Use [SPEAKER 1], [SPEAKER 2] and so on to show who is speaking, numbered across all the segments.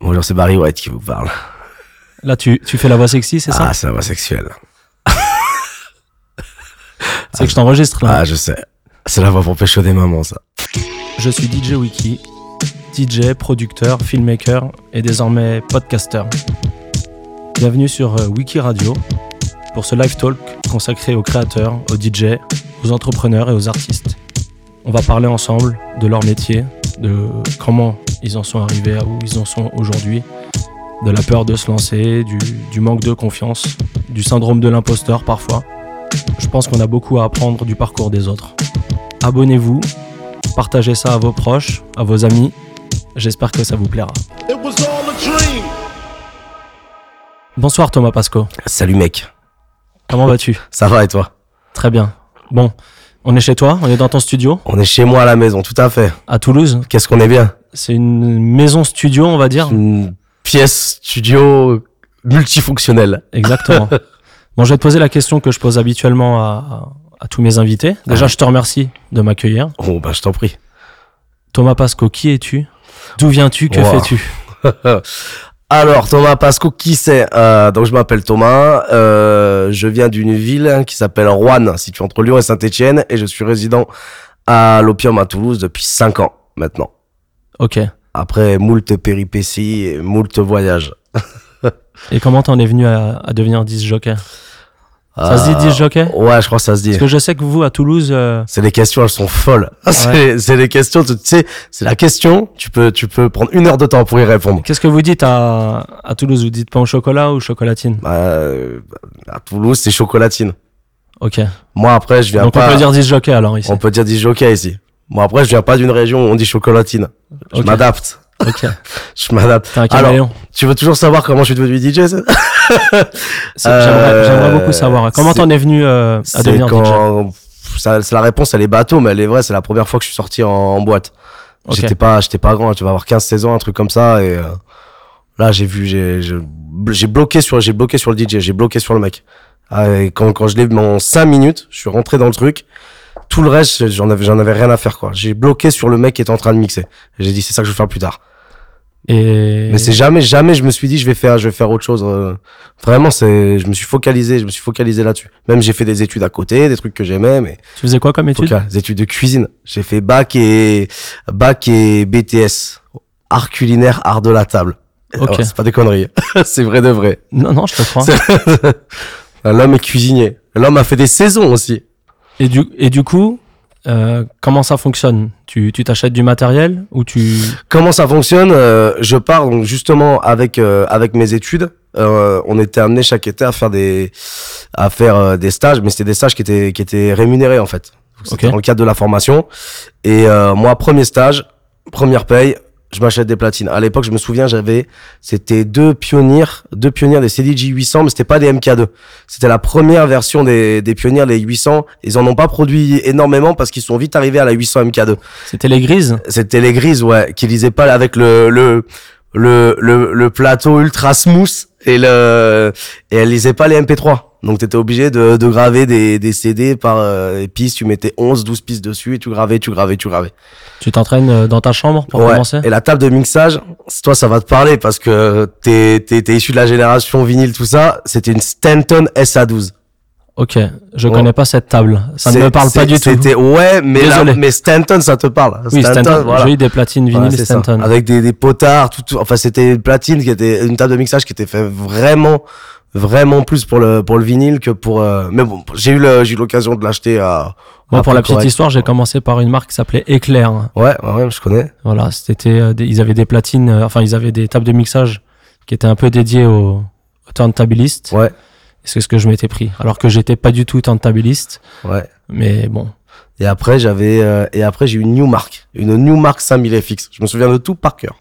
[SPEAKER 1] Bonjour, c'est Barry White qui vous parle.
[SPEAKER 2] Là, tu, tu fais la voix sexy, c'est ça
[SPEAKER 1] Ah, c'est la voix sexuelle.
[SPEAKER 2] C'est que je t'enregistre là.
[SPEAKER 1] Ah, je sais. C'est la voix pour pécho des mamans, ça.
[SPEAKER 2] Je suis DJ Wiki, DJ, producteur, filmmaker et désormais podcaster. Bienvenue sur euh, Wiki Radio pour ce live talk consacré aux créateurs, aux DJ, aux entrepreneurs et aux artistes. On va parler ensemble de leur métier, de comment ils en sont arrivés à où ils en sont aujourd'hui, de la peur de se lancer, du, du manque de confiance, du syndrome de l'imposteur parfois. Je pense qu'on a beaucoup à apprendre du parcours des autres. Abonnez-vous Partagez ça à vos proches, à vos amis. J'espère que ça vous plaira.
[SPEAKER 3] It was all a dream.
[SPEAKER 2] Bonsoir Thomas Pasco.
[SPEAKER 1] Salut, mec.
[SPEAKER 2] Comment vas-tu
[SPEAKER 1] Ça va et toi
[SPEAKER 2] Très bien. Bon, on est chez toi, on est dans ton studio
[SPEAKER 1] On est chez moi à la maison, tout à fait.
[SPEAKER 2] à Toulouse.
[SPEAKER 1] Qu'est-ce qu'on est bien
[SPEAKER 2] C'est une maison studio, on va dire.
[SPEAKER 1] Une pièce studio multifonctionnelle.
[SPEAKER 2] Exactement. Bon, je vais te poser la question que je pose habituellement à, à tous mes invités. Déjà, je te remercie de m'accueillir.
[SPEAKER 1] Oh, bah, je t'en prie.
[SPEAKER 2] Thomas Pasco, qui es-tu D'où viens-tu Que
[SPEAKER 1] Wow.
[SPEAKER 2] fais-tu
[SPEAKER 1] Alors, Thomas Pasco, qui c'est Euh, Donc, je m'appelle Thomas. euh, je viens d'une ville qui s'appelle Rouen, située entre Lyon et Saint-Etienne, et je suis résident à l'Opium à Toulouse depuis 5 ans maintenant.
[SPEAKER 2] Ok.
[SPEAKER 1] Après moult péripéties et moult voyages.
[SPEAKER 2] Et comment t'en es venu à, à devenir disjockey Ça se dit
[SPEAKER 1] Euh,
[SPEAKER 2] disjockey
[SPEAKER 1] Ouais, je crois que ça se dit.
[SPEAKER 2] Parce que je sais que vous, à Toulouse, euh,
[SPEAKER 1] C'est des questions, elles sont folles. C'est c'est des questions, tu tu sais, c'est la question, tu peux, tu peux prendre une heure de temps pour y répondre.
[SPEAKER 2] Qu'est-ce que vous dites à, à Toulouse Vous dites pain au chocolat ou chocolatine
[SPEAKER 1] Bah, euh, à Toulouse, c'est chocolatine.
[SPEAKER 2] Ok.
[SPEAKER 1] Moi, après, je viens
[SPEAKER 2] Donc
[SPEAKER 1] pas.
[SPEAKER 2] on peut dire disjockey alors ici.
[SPEAKER 1] on peut dire des jockeys ici. Moi, après, je viens pas d'une région où on dit chocolatine. Je
[SPEAKER 2] Ok.
[SPEAKER 1] m'adapte.
[SPEAKER 2] Ok.
[SPEAKER 1] Je m'adapte.
[SPEAKER 2] T'es un
[SPEAKER 1] Alors,
[SPEAKER 2] caméléon.
[SPEAKER 1] Tu veux toujours savoir comment je suis devenu DJ c'est-
[SPEAKER 2] C'est-
[SPEAKER 1] euh,
[SPEAKER 2] J'aimerais j'aimerais beaucoup savoir. Comment
[SPEAKER 1] c'est-
[SPEAKER 2] t'en es venu euh, à
[SPEAKER 1] C'est
[SPEAKER 2] devenir DJ
[SPEAKER 1] quand. ça- c'est la réponse, elle est bateau, mais elle est vraie. C'est la première fois que je suis sorti en, en boîte.
[SPEAKER 2] Ok.
[SPEAKER 1] J'étais pas, j'étais pas grand. Tu vas avoir 15-16 ans, un truc comme ça. Et euh, là, j'ai vu, j'ai, j'ai j'ai bloqué sur, j'ai bloqué sur le DJ, j'ai bloqué sur le mec. Ah, et quand, quand je l'ai vu en 5 minutes, je suis rentré dans le truc. Tout le reste, j'en avais, j'en avais rien à faire, quoi. J'ai bloqué sur le mec qui était en train de mixer. J'ai dit, c'est ça que je vais faire plus tard.
[SPEAKER 2] Et
[SPEAKER 1] Mais c'est jamais, jamais, je me suis dit, je vais faire, je vais faire autre chose. euh. Vraiment, c'est, je me suis focalisé, je me suis focalisé là-dessus. Même j'ai fait des études à côté, des trucs que j'aimais, mais
[SPEAKER 2] tu faisais quoi comme étude
[SPEAKER 1] Focal, des études de cuisine. J'ai fait bac et bac et BTS, art culinaire, art de la table.
[SPEAKER 2] Ok.
[SPEAKER 1] Ouais, c'est pas des conneries, c'est vrai de vrai.
[SPEAKER 2] Non, non, je te crois.
[SPEAKER 1] C'est- L'homme est cuisinier. L'homme a fait des saisons aussi.
[SPEAKER 2] Et du, et du coup, euh, comment ça fonctionne Tu tu t'achètes du matériel ou tu...
[SPEAKER 1] Comment ça fonctionne Euh, Je pars donc justement avec euh, avec mes études. Euh, on était amené chaque été à faire des à faire euh, des stages, mais c'était des stages qui étaient qui étaient rémunérés en fait. Donc, C'était
[SPEAKER 2] Ok.
[SPEAKER 1] dans le cadre de la formation. Et euh, moi, premier stage, première paye, je m'achète des platines. À l'époque, je me souviens, j'avais c'était deux pionniers, deux pionniers des CDJ 800, mais c'était pas des MK2. C'était la première version des des pionniers les 800. Ils en ont pas produit énormément parce qu'ils sont vite arrivés à la 800 MK2
[SPEAKER 2] C'était les grises
[SPEAKER 1] c'était les grises ouais qui lisaient pas avec le le le le, le plateau ultra smooth et le et elle lisait pas les MP3 donc t'étais obligé de, de graver des, des CD par euh, piste tu mettais 11 12 pistes dessus et tu gravais tu gravais tu gravais
[SPEAKER 2] Tu t'entraînes euh, dans ta chambre pour
[SPEAKER 1] Ouais.
[SPEAKER 2] commencer
[SPEAKER 1] et la table de mixage c'est- toi ça va te parler parce que t'es t'es t'es issu de la génération vinyle tout ça c'était une Stanton SA12
[SPEAKER 2] Ok, je
[SPEAKER 1] Ouais.
[SPEAKER 2] connais pas cette table. Ça ne
[SPEAKER 1] C'est-
[SPEAKER 2] me parle pas
[SPEAKER 1] c'est-
[SPEAKER 2] du tout.
[SPEAKER 1] c'était ouais mais la-
[SPEAKER 2] Désolé.
[SPEAKER 1] mais Stanton ça te parle
[SPEAKER 2] Oui, Stanton.
[SPEAKER 1] voilà.
[SPEAKER 2] J'ai eu des platines
[SPEAKER 1] Voilà,
[SPEAKER 2] vinyles
[SPEAKER 1] c'est ça.
[SPEAKER 2] Stanton.
[SPEAKER 1] Avec des, des potards, tout, tout- enfin c'était une platine qui était une table de mixage qui était fait vraiment vraiment plus pour le pour le vinyle que pour euh, mais bon j'ai eu le- j'ai eu l'occasion de l'acheter à
[SPEAKER 2] Moi,
[SPEAKER 1] à
[SPEAKER 2] pour
[SPEAKER 1] prix
[SPEAKER 2] la petite
[SPEAKER 1] correct.
[SPEAKER 2] histoire, j'ai commencé par une marque qui s'appelait Éclair.
[SPEAKER 1] ouais ouais, ouais, je connais
[SPEAKER 2] Voilà, c'était euh, des- ils avaient des platines, euh, enfin ils avaient des tables de mixage qui étaient un peu dédiées aux, aux turntablistes.
[SPEAKER 1] ouais
[SPEAKER 2] C'est ce que je m'étais pris, alors que j'étais pas du tout turntabliste,
[SPEAKER 1] ouais
[SPEAKER 2] mais bon.
[SPEAKER 1] et après j'avais euh, et après j'ai eu une Newmark une Newmark 5000 FX je me souviens de tout par cœur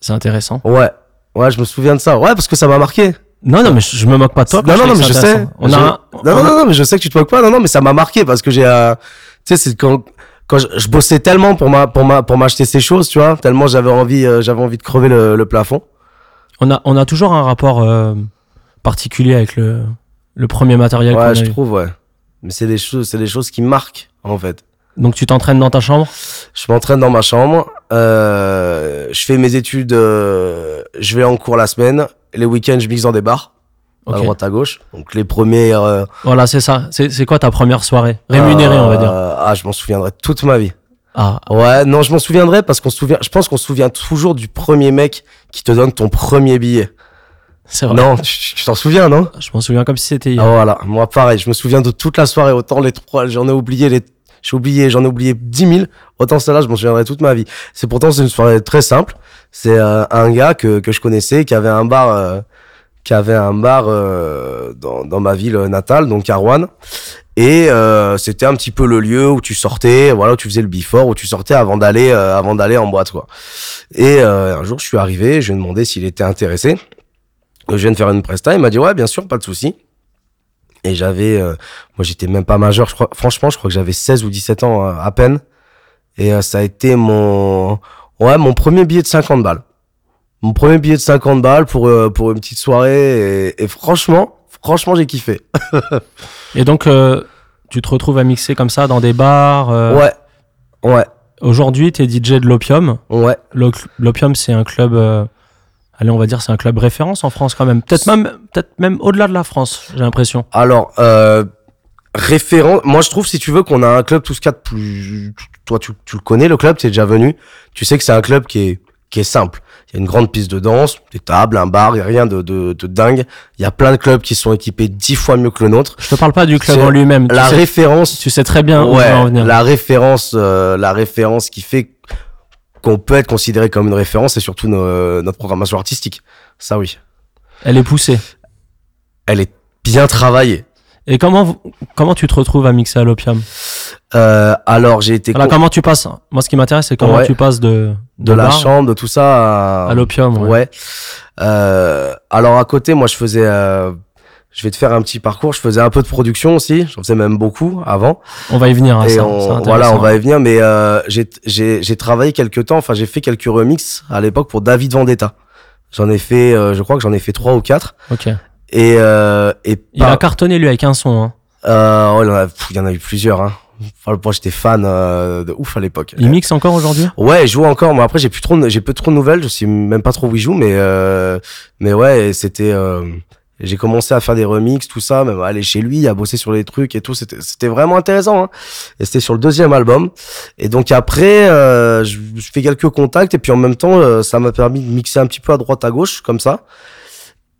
[SPEAKER 2] C'est intéressant.
[SPEAKER 1] ouais ouais je me souviens de ça ouais parce que ça m'a marqué
[SPEAKER 2] Non, non, mais je, je me moque pas de toi.
[SPEAKER 1] Non,
[SPEAKER 2] quand
[SPEAKER 1] non, non,
[SPEAKER 2] dis
[SPEAKER 1] mais
[SPEAKER 2] que
[SPEAKER 1] je
[SPEAKER 2] c'est
[SPEAKER 1] sais.
[SPEAKER 2] intéressant. On
[SPEAKER 1] Je-
[SPEAKER 2] a un-
[SPEAKER 1] Non, non,
[SPEAKER 2] on a-
[SPEAKER 1] non, non, mais je sais que tu te moques pas. Non, non, mais ça m'a marqué parce que j'ai, euh, tu sais, c'est quand, quand je, je bossais tellement pour ma, pour ma, pour m'acheter ces choses, tu vois, tellement j'avais envie, euh, j'avais envie de crever le, le plafond.
[SPEAKER 2] on a, on a toujours un rapport euh, particulier avec le, le premier matériel qu'on
[SPEAKER 1] Ouais,
[SPEAKER 2] a
[SPEAKER 1] je
[SPEAKER 2] eu.
[SPEAKER 1] trouve, ouais. Mais c'est des choses, c'est des choses qui marquent, en fait.
[SPEAKER 2] Donc tu t'entraînes dans ta chambre
[SPEAKER 1] Je m'entraîne dans ma chambre. Euh, je fais mes études, euh, je vais en cours la semaine. Les week-ends, je mixe dans des bars, à
[SPEAKER 2] Ok.
[SPEAKER 1] droite à gauche. Donc les premiers euh,
[SPEAKER 2] Voilà, c'est ça. C'est c'est quoi ta première soirée Rémunérée, on va dire.
[SPEAKER 1] euh, Ah, je m'en souviendrai toute ma vie.
[SPEAKER 2] Ah,
[SPEAKER 1] Ouais, non, je m'en souviendrai parce qu'on se souvient. Je pense qu'on se souvient toujours du premier mec qui te donne ton premier billet.
[SPEAKER 2] c'est vrai.
[SPEAKER 1] Non, tu tu t'en souviens, non
[SPEAKER 2] Je m'en souviens comme si c'était hier.
[SPEAKER 1] Ah, voilà, moi pareil, je me souviens de toute la soirée, autant les trois, j'en ai oublié les, j'ai oublié, j'en ai oublié 10 000, autant celle-là, je m'en souviendrai toute ma vie. C'est pourtant, c'est une soirée très simple. C'est euh, un gars que, que je connaissais, qui avait un bar, euh, qui avait un bar euh, dans, dans ma ville natale, donc à Rouen. Et euh, c'était un petit peu le lieu où tu sortais, voilà, où tu faisais le before, où tu sortais avant d'aller, euh, avant d'aller en boîte, quoi. Et euh, un jour, je suis arrivé, je lui ai demandé s'il était intéressé. Je viens de faire une presta, il m'a dit ouais, bien sûr, pas de souci. Et j'avais, euh, moi j'étais même pas majeur, je crois, franchement, je crois que j'avais 16 ou 17 ans euh, à peine. Et euh, ça a été mon, ouais, mon premier billet de 50 balles. Mon premier billet de 50 balles pour, euh, pour une petite soirée. Et, et franchement, franchement, j'ai kiffé.
[SPEAKER 2] Et donc, euh, tu te retrouves à mixer comme ça dans des bars. euh,
[SPEAKER 1] Ouais. Ouais.
[SPEAKER 2] Aujourd'hui, t'es DJ de l'Opium.
[SPEAKER 1] Ouais.
[SPEAKER 2] Le cl- L'Opium, c'est un club. euh, allez, on va dire, c'est un club référence en France quand même. Peut-être même, peut-être même au-delà de la France, j'ai l'impression.
[SPEAKER 1] Alors, euh, référent, moi je trouve si tu veux qu'on a un club tous quatre plus, toi tu, tu le connais le club, t'es déjà venu, tu sais que c'est un club qui est, qui est simple. Il y a une grande piste de danse, des tables, un bar, il y a rien de, de, de dingue. Il y a plein de clubs qui sont équipés dix fois mieux que le nôtre.
[SPEAKER 2] Je te parle pas du club
[SPEAKER 1] C'est
[SPEAKER 2] en lui-même. Tu
[SPEAKER 1] La
[SPEAKER 2] sais,
[SPEAKER 1] référence,
[SPEAKER 2] tu sais très bien où je
[SPEAKER 1] ouais,
[SPEAKER 2] veux en venir.
[SPEAKER 1] la référence, euh, la référence qui fait qu'on peut être considéré comme une référence, c'est surtout no- notre programmation artistique. Ça oui,
[SPEAKER 2] Elle est poussée.
[SPEAKER 1] elle est bien travaillée.
[SPEAKER 2] Et comment, vous- comment tu te retrouves à mixer à l'Opium
[SPEAKER 1] Euh, alors j'ai été
[SPEAKER 2] Voilà,
[SPEAKER 1] con-
[SPEAKER 2] Comment tu passes Moi, ce qui m'intéresse, c'est comment
[SPEAKER 1] Ouais.
[SPEAKER 2] tu passes de,
[SPEAKER 1] de la
[SPEAKER 2] bar
[SPEAKER 1] chambre, de tout ça. à-
[SPEAKER 2] à l'Opium.
[SPEAKER 1] Ouais.
[SPEAKER 2] ouais.
[SPEAKER 1] Euh, alors à côté, moi, je faisais. euh, je vais te faire un petit parcours. Je faisais un peu de production aussi. J'en faisais même beaucoup avant.
[SPEAKER 2] On va y venir. à
[SPEAKER 1] et
[SPEAKER 2] ça, Ah, c'est
[SPEAKER 1] on,
[SPEAKER 2] intéressant.
[SPEAKER 1] voilà, on va y venir. Mais euh, j'ai- j'ai j'ai travaillé quelques temps. Enfin, j'ai fait quelques remixes à l'époque pour David Vendetta. J'en ai fait, euh, je crois que j'en ai fait trois ou quatre.
[SPEAKER 2] Ok.
[SPEAKER 1] Et euh, et
[SPEAKER 2] Il a cartonné lui avec un son. hein.
[SPEAKER 1] euh, oh, il, y en a, pff, il y en a eu plusieurs. Hein. Enfin, moi, j'étais fan euh, de ouf à l'époque.
[SPEAKER 2] Il mixe encore aujourd'hui
[SPEAKER 1] Ouais, il joue encore. Moi, après, j'ai plus trop, de- j'ai peu trop de nouvelles. Je sais même pas trop où il joue, mais euh, mais ouais, c'était. euh, j'ai commencé à faire des remixes, tout ça, même à aller chez lui, à bosser sur les trucs et tout. C'était c'était vraiment intéressant. Hein. Et c'était sur le deuxième album. Et donc après, euh, je, je fais quelques contacts et puis en même temps, euh, ça m'a permis de mixer un petit peu à droite à gauche comme ça.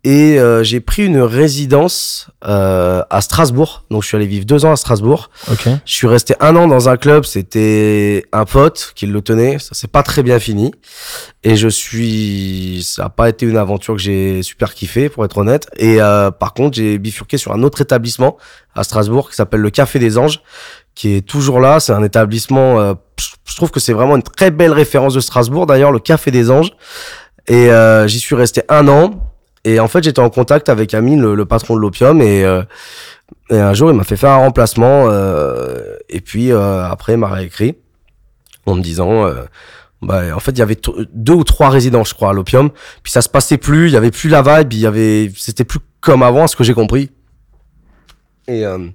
[SPEAKER 1] Et euh, j'ai pris une résidence euh, à Strasbourg. Donc je suis allé vivre deux ans à Strasbourg.
[SPEAKER 2] Ok.
[SPEAKER 1] Je suis resté un an dans un club, c'était un pote qui le tenait, ça s'est pas très bien fini. Et je suis, ça a pas été une aventure que j'ai super kiffé, pour être honnête. Et euh, par contre, j'ai bifurqué sur un autre établissement à Strasbourg qui s'appelle le Café des Anges, qui est toujours là. C'est un établissement, euh, je- je trouve que c'est vraiment une très belle référence de Strasbourg d'ailleurs, le Café des Anges. Et euh, j'y suis resté un an. Et en fait, j'étais en contact avec Amine, le, le patron de l'Opium, et euh, et un jour, il m'a fait faire un remplacement. euh, et puis euh, après, il m'a réécrit en me disant, euh, bah, en fait, il y avait to- deux ou trois résidents, je crois, à l'Opium. Puis ça se passait plus. Il y avait plus la vibe. Il y avait, c'était plus comme avant, à ce que j'ai compris. Et euh,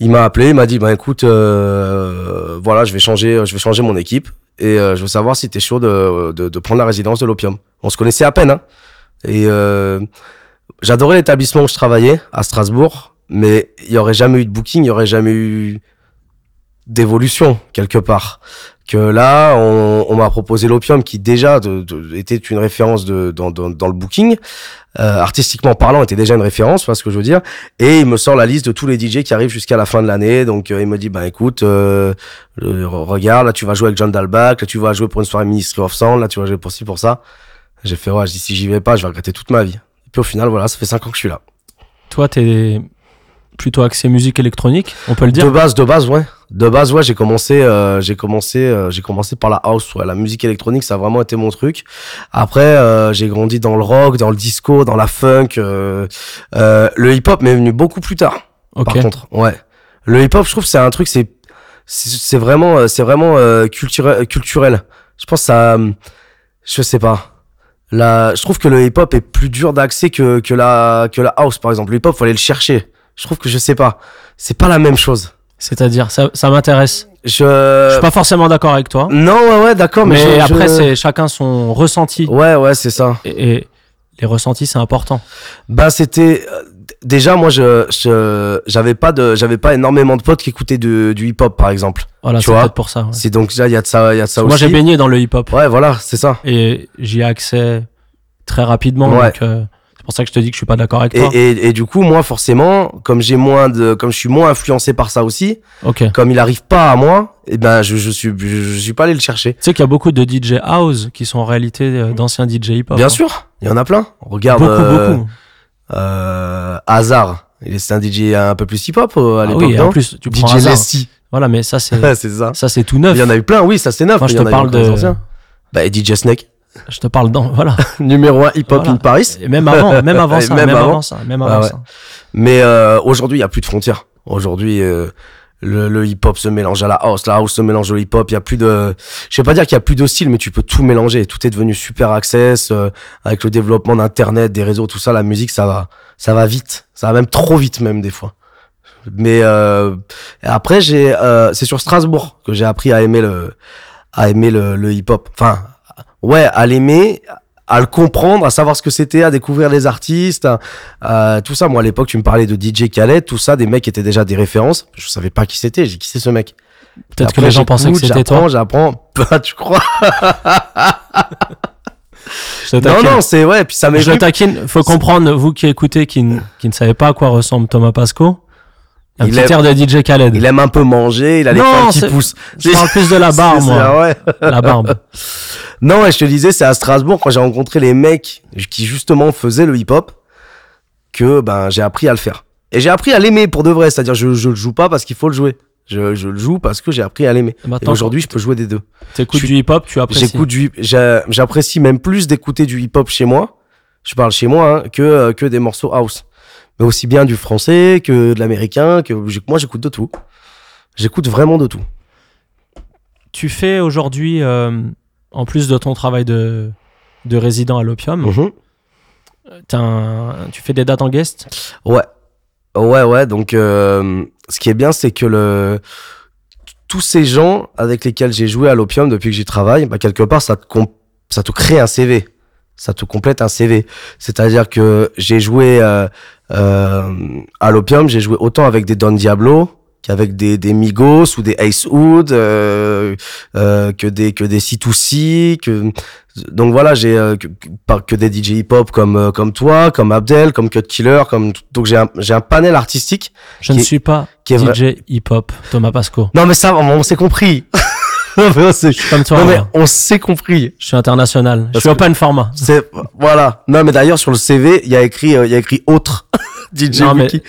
[SPEAKER 1] il m'a appelé. Il m'a dit, bah écoute, euh, voilà, je vais changer, je vais changer mon équipe. Et euh, je veux savoir si t'es chaud de, de, de prendre la résidence de l'Opium. On se connaissait à peine. Hein. Et euh, J'adorais l'établissement où je travaillais à Strasbourg, mais il y aurait jamais eu de booking, il y aurait jamais eu d'évolution quelque part. Que là, on, on m'a proposé l'opium qui déjà de- de- était une référence de, dans, dans, dans le booking, Euh, artistiquement parlant, était déjà une référence, tu vois ce que je veux dire. Et il me sort la liste de tous les DJ qui arrivent jusqu'à la fin de l'année. Donc euh, il me dit, ben écoute, euh, le- regarde, là tu vas jouer avec John Dalbach, là tu vas jouer pour une soirée Ministry of Sound, là tu vas jouer pour ci pour ça. J'ai fait ouais, j'ai dit, si j'y vais pas, je vais regretter toute ma vie. Et puis au final, voilà, ça fait 5 ans que je suis là.
[SPEAKER 2] Toi, t'es plutôt axé musique électronique, on peut le
[SPEAKER 1] De
[SPEAKER 2] dire.
[SPEAKER 1] base, de base, ouais. De base, ouais, j'ai commencé, euh, j'ai commencé, euh, j'ai commencé par la house, ouais. La musique électronique, ça a vraiment été mon truc. Après, euh, j'ai grandi dans le rock, dans le disco, dans la funk. euh, euh, le hip-hop m'est venu beaucoup plus tard.
[SPEAKER 2] Ok.
[SPEAKER 1] Par contre, ouais. Le hip-hop, je trouve, c'est un truc, c'est c'est c'est vraiment, euh, c'est vraiment euh, culturel, euh, culturel. Je pense que ça, euh, je sais pas. Là, je trouve que le hip-hop est plus dur d'accès que que la que la house, par exemple. Le hip-hop, faut aller le chercher. Je trouve que je sais pas. C'est pas la même chose.
[SPEAKER 2] C'est-à-dire, ça, ça m'intéresse. Je
[SPEAKER 1] Je.
[SPEAKER 2] suis pas forcément d'accord avec toi,
[SPEAKER 1] Euh, Non, ouais, ouais, d'accord, mais,
[SPEAKER 2] mais,
[SPEAKER 1] je- je-
[SPEAKER 2] après, c'est chacun son ressenti.
[SPEAKER 1] Ouais, ouais, c'est ça.
[SPEAKER 2] Et, et les ressentis, c'est important.
[SPEAKER 1] Bah, c'était euh, d- déjà moi, je je- j'avais pas de, j'avais pas énormément de potes qui écoutaient du, du hip hop, par exemple.
[SPEAKER 2] Voilà,
[SPEAKER 1] Tu
[SPEAKER 2] c'est
[SPEAKER 1] vois,
[SPEAKER 2] peut-être pour ça. ouais.
[SPEAKER 1] C'est donc là, il y a de ça, il y a de ça
[SPEAKER 2] Moi,
[SPEAKER 1] aussi.
[SPEAKER 2] j'ai baigné dans le hip-hop
[SPEAKER 1] Ouais, voilà, c'est ça.
[SPEAKER 2] et j'y ai accès très rapidement.
[SPEAKER 1] Ouais.
[SPEAKER 2] donc, euh, c'est pour ça que je te dis que je suis pas d'accord avec
[SPEAKER 1] Et,
[SPEAKER 2] toi.
[SPEAKER 1] et, et du coup, moi, forcément, comme j'ai moins de, comme je suis moins influencé par ça aussi,
[SPEAKER 2] Ok. Tu
[SPEAKER 1] comme il arrive pas à moi, et ben, je, je suis, je, je suis pas allé le chercher.
[SPEAKER 2] sais qu'il y a beaucoup de DJ house qui sont en réalité euh, d'anciens DJ
[SPEAKER 1] Mm.
[SPEAKER 2] hip-hop.
[SPEAKER 1] Bien
[SPEAKER 2] hein.
[SPEAKER 1] sûr, il y en a plein. Regarde,
[SPEAKER 2] Beaucoup,
[SPEAKER 1] euh,
[SPEAKER 2] beaucoup. Ah
[SPEAKER 1] euh, Hazard, il était un DJ un peu plus hip hop euh, à
[SPEAKER 2] Ah
[SPEAKER 1] l'époque,
[SPEAKER 2] oui, et
[SPEAKER 1] non
[SPEAKER 2] en plus, tu prends
[SPEAKER 1] DJ
[SPEAKER 2] Hazard.
[SPEAKER 1] Lesty,
[SPEAKER 2] Voilà, mais ça, c'est
[SPEAKER 1] c'est ça.
[SPEAKER 2] ça, c'est tout
[SPEAKER 1] Il
[SPEAKER 2] neuf.
[SPEAKER 1] y en a eu plein, oui, ça c'est neuf.
[SPEAKER 2] Moi, je
[SPEAKER 1] mais il y en a
[SPEAKER 2] te
[SPEAKER 1] eu
[SPEAKER 2] parle
[SPEAKER 1] encore des
[SPEAKER 2] de,
[SPEAKER 1] anciens. Bah, DJ Snake,
[SPEAKER 2] je te parle dans, voilà.
[SPEAKER 1] numéro 1 hip hop
[SPEAKER 2] Voilà.
[SPEAKER 1] in Paris.
[SPEAKER 2] Et même avant, même avant
[SPEAKER 1] Et
[SPEAKER 2] ça, même,
[SPEAKER 1] même
[SPEAKER 2] avant.
[SPEAKER 1] avant.
[SPEAKER 2] ça, même
[SPEAKER 1] Ah
[SPEAKER 2] avant
[SPEAKER 1] ouais.
[SPEAKER 2] ça.
[SPEAKER 1] Mais euh, aujourd'hui, il n'y a plus de frontières. Aujourd'hui, euh, le, le hip-hop se mélange à la house, la house se mélange au hip-hop. Il y a plus de, je vais pas dire qu'il y a plus de style, mais tu peux tout mélanger. Tout est devenu super access euh, avec le développement d'internet, des réseaux, tout ça. La musique, ça va, ça va vite. Ça va même trop vite même des fois. Mais euh, après, j'ai, euh, c'est sur Strasbourg que j'ai appris à aimer le, à aimer le, le hip-hop. Enfin, ouais, à l'aimer, à le comprendre, à savoir ce que c'était, à découvrir les artistes, à- à Euh, tout ça. Moi, à l'époque, tu me parlais de DJ Khaled, tout ça, des mecs qui étaient déjà des références. Je savais pas qui c'était. J'ai dit, qui c'est ce mec
[SPEAKER 2] Peut-être que
[SPEAKER 1] Après,
[SPEAKER 2] les gens pensaient que
[SPEAKER 1] j'écoute,
[SPEAKER 2] c'était toi.
[SPEAKER 1] J'apprends, j'apprends. Bah, tu crois
[SPEAKER 2] Je te
[SPEAKER 1] Non,
[SPEAKER 2] taquine.
[SPEAKER 1] non, c'est ouais. Puis ça m'est
[SPEAKER 2] je
[SPEAKER 1] venu.
[SPEAKER 2] le taquine. Faut comprendre, vous qui écoutez, qui, ne- qui ne savez pas à quoi ressemble Thomas Pasco. Un
[SPEAKER 1] Il
[SPEAKER 2] petit
[SPEAKER 1] est-
[SPEAKER 2] air de DJ Khaled.
[SPEAKER 1] Il aime un peu manger. Il a les
[SPEAKER 2] Non,
[SPEAKER 1] fins qui
[SPEAKER 2] c'est-
[SPEAKER 1] poussent.
[SPEAKER 2] Je parle plus de la
[SPEAKER 1] C'est-
[SPEAKER 2] barbe,
[SPEAKER 1] c'est-
[SPEAKER 2] moi.
[SPEAKER 1] ouais.
[SPEAKER 2] La barbe.
[SPEAKER 1] Non, et je te disais, c'est à Strasbourg quand j'ai rencontré les mecs qui justement faisaient le hip-hop que ben j'ai appris à le faire. Et j'ai appris à l'aimer pour de vrai, c'est-à-dire je, je le joue pas parce qu'il faut le jouer. Je, je le joue parce que j'ai appris à l'aimer. Et
[SPEAKER 2] Maintenant,
[SPEAKER 1] aujourd'hui, je peux jouer des deux.
[SPEAKER 2] ben, t'écoutes
[SPEAKER 1] je
[SPEAKER 2] du hip-hop, tu apprécies.
[SPEAKER 1] J'écoute du, j'a- j'apprécie même plus d'écouter du hip-hop chez moi. Je parle chez moi hein, que euh, que des morceaux house, mais aussi bien du français que de l'américain. Que j'ai- moi, j'écoute de tout. J'écoute vraiment de tout.
[SPEAKER 2] Tu fais aujourd'hui, euh, en plus de ton travail de, de résident à l'Opium,
[SPEAKER 1] Mhm.
[SPEAKER 2] t'as un- tu fais des dates en guest.
[SPEAKER 1] Ouais. Ouais, ouais. Donc, euh, ce qui est bien, c'est que le... tous ces gens avec lesquels j'ai joué à l'Opium depuis que j'y travaille, bah, quelque part, ça te, com- ça te crée un CV. Ça te complète un CV. C'est-à-dire que j'ai joué euh, euh, à l'Opium, j'ai joué autant avec des Don Diablo qu'avec des, des Migos ou des Ace Hood, euh, euh, que des que des C2C, que donc voilà, j'ai euh, que, que- par- que des DJ hip-hop comme euh, comme toi, comme Abdel, comme Cut Killer, comme donc j'ai un, j'ai un panel artistique
[SPEAKER 2] Je ne
[SPEAKER 1] Qui-
[SPEAKER 2] suis pas
[SPEAKER 1] qui est vrai.
[SPEAKER 2] DJ hip-hop, Thomas Pasco.
[SPEAKER 1] Non mais ça, on, on s'est compris. non mais on s'est
[SPEAKER 2] Je suis comme toi.
[SPEAKER 1] non, mais
[SPEAKER 2] regarde.
[SPEAKER 1] on s'est compris.
[SPEAKER 2] Je suis international. je
[SPEAKER 1] Parce
[SPEAKER 2] suis
[SPEAKER 1] que-
[SPEAKER 2] open format.
[SPEAKER 1] C'est voilà. Non mais d'ailleurs sur le CV, il y a écrit euh, il y a écrit autre DJ
[SPEAKER 2] Non, mais-
[SPEAKER 1] Wiki.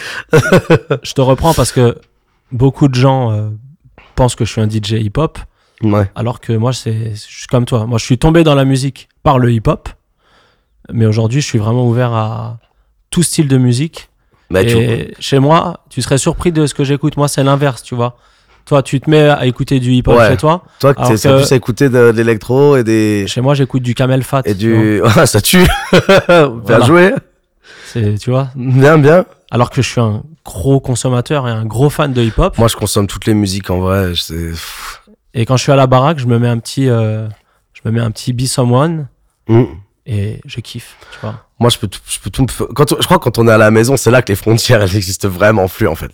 [SPEAKER 2] Je te reprends parce que beaucoup de gens euh, pensent que je suis un DJ hip-hop.
[SPEAKER 1] Ouais.
[SPEAKER 2] Alors que moi, c'est, je suis comme toi. Moi, je suis tombé dans la musique par le hip-hop. Mais aujourd'hui, je suis vraiment ouvert à tout style de musique.
[SPEAKER 1] Bah, tu-
[SPEAKER 2] et chez moi, tu serais surpris de ce que j'écoute. Moi, c'est l'inverse, tu vois. Toi, tu te mets à écouter du hip-hop
[SPEAKER 1] Ouais.
[SPEAKER 2] chez toi.
[SPEAKER 1] toi que
[SPEAKER 2] alors
[SPEAKER 1] t'es
[SPEAKER 2] que-
[SPEAKER 1] plus à écouter de, de l'électro et des
[SPEAKER 2] Chez moi, j'écoute du Camel Fat.
[SPEAKER 1] et
[SPEAKER 2] tu vois.
[SPEAKER 1] du Ah, ça tue. bien
[SPEAKER 2] Voilà.
[SPEAKER 1] joué.
[SPEAKER 2] C'est, tu vois.
[SPEAKER 1] Bien bien.
[SPEAKER 2] Alors que je suis un gros consommateur et un gros fan de hip-hop.
[SPEAKER 1] Moi, je consomme toutes les musiques en vrai. je sais- pff.
[SPEAKER 2] Et quand je suis à la baraque, je me mets un petit, euh, je me mets un petit Be Someone
[SPEAKER 1] Mm.
[SPEAKER 2] et je kiffe, tu vois.
[SPEAKER 1] Moi, je peux tout, je peux tout me fa- quand, on- je crois que quand on est à la maison, c'est là que les frontières, elles existent vraiment plus, en fait.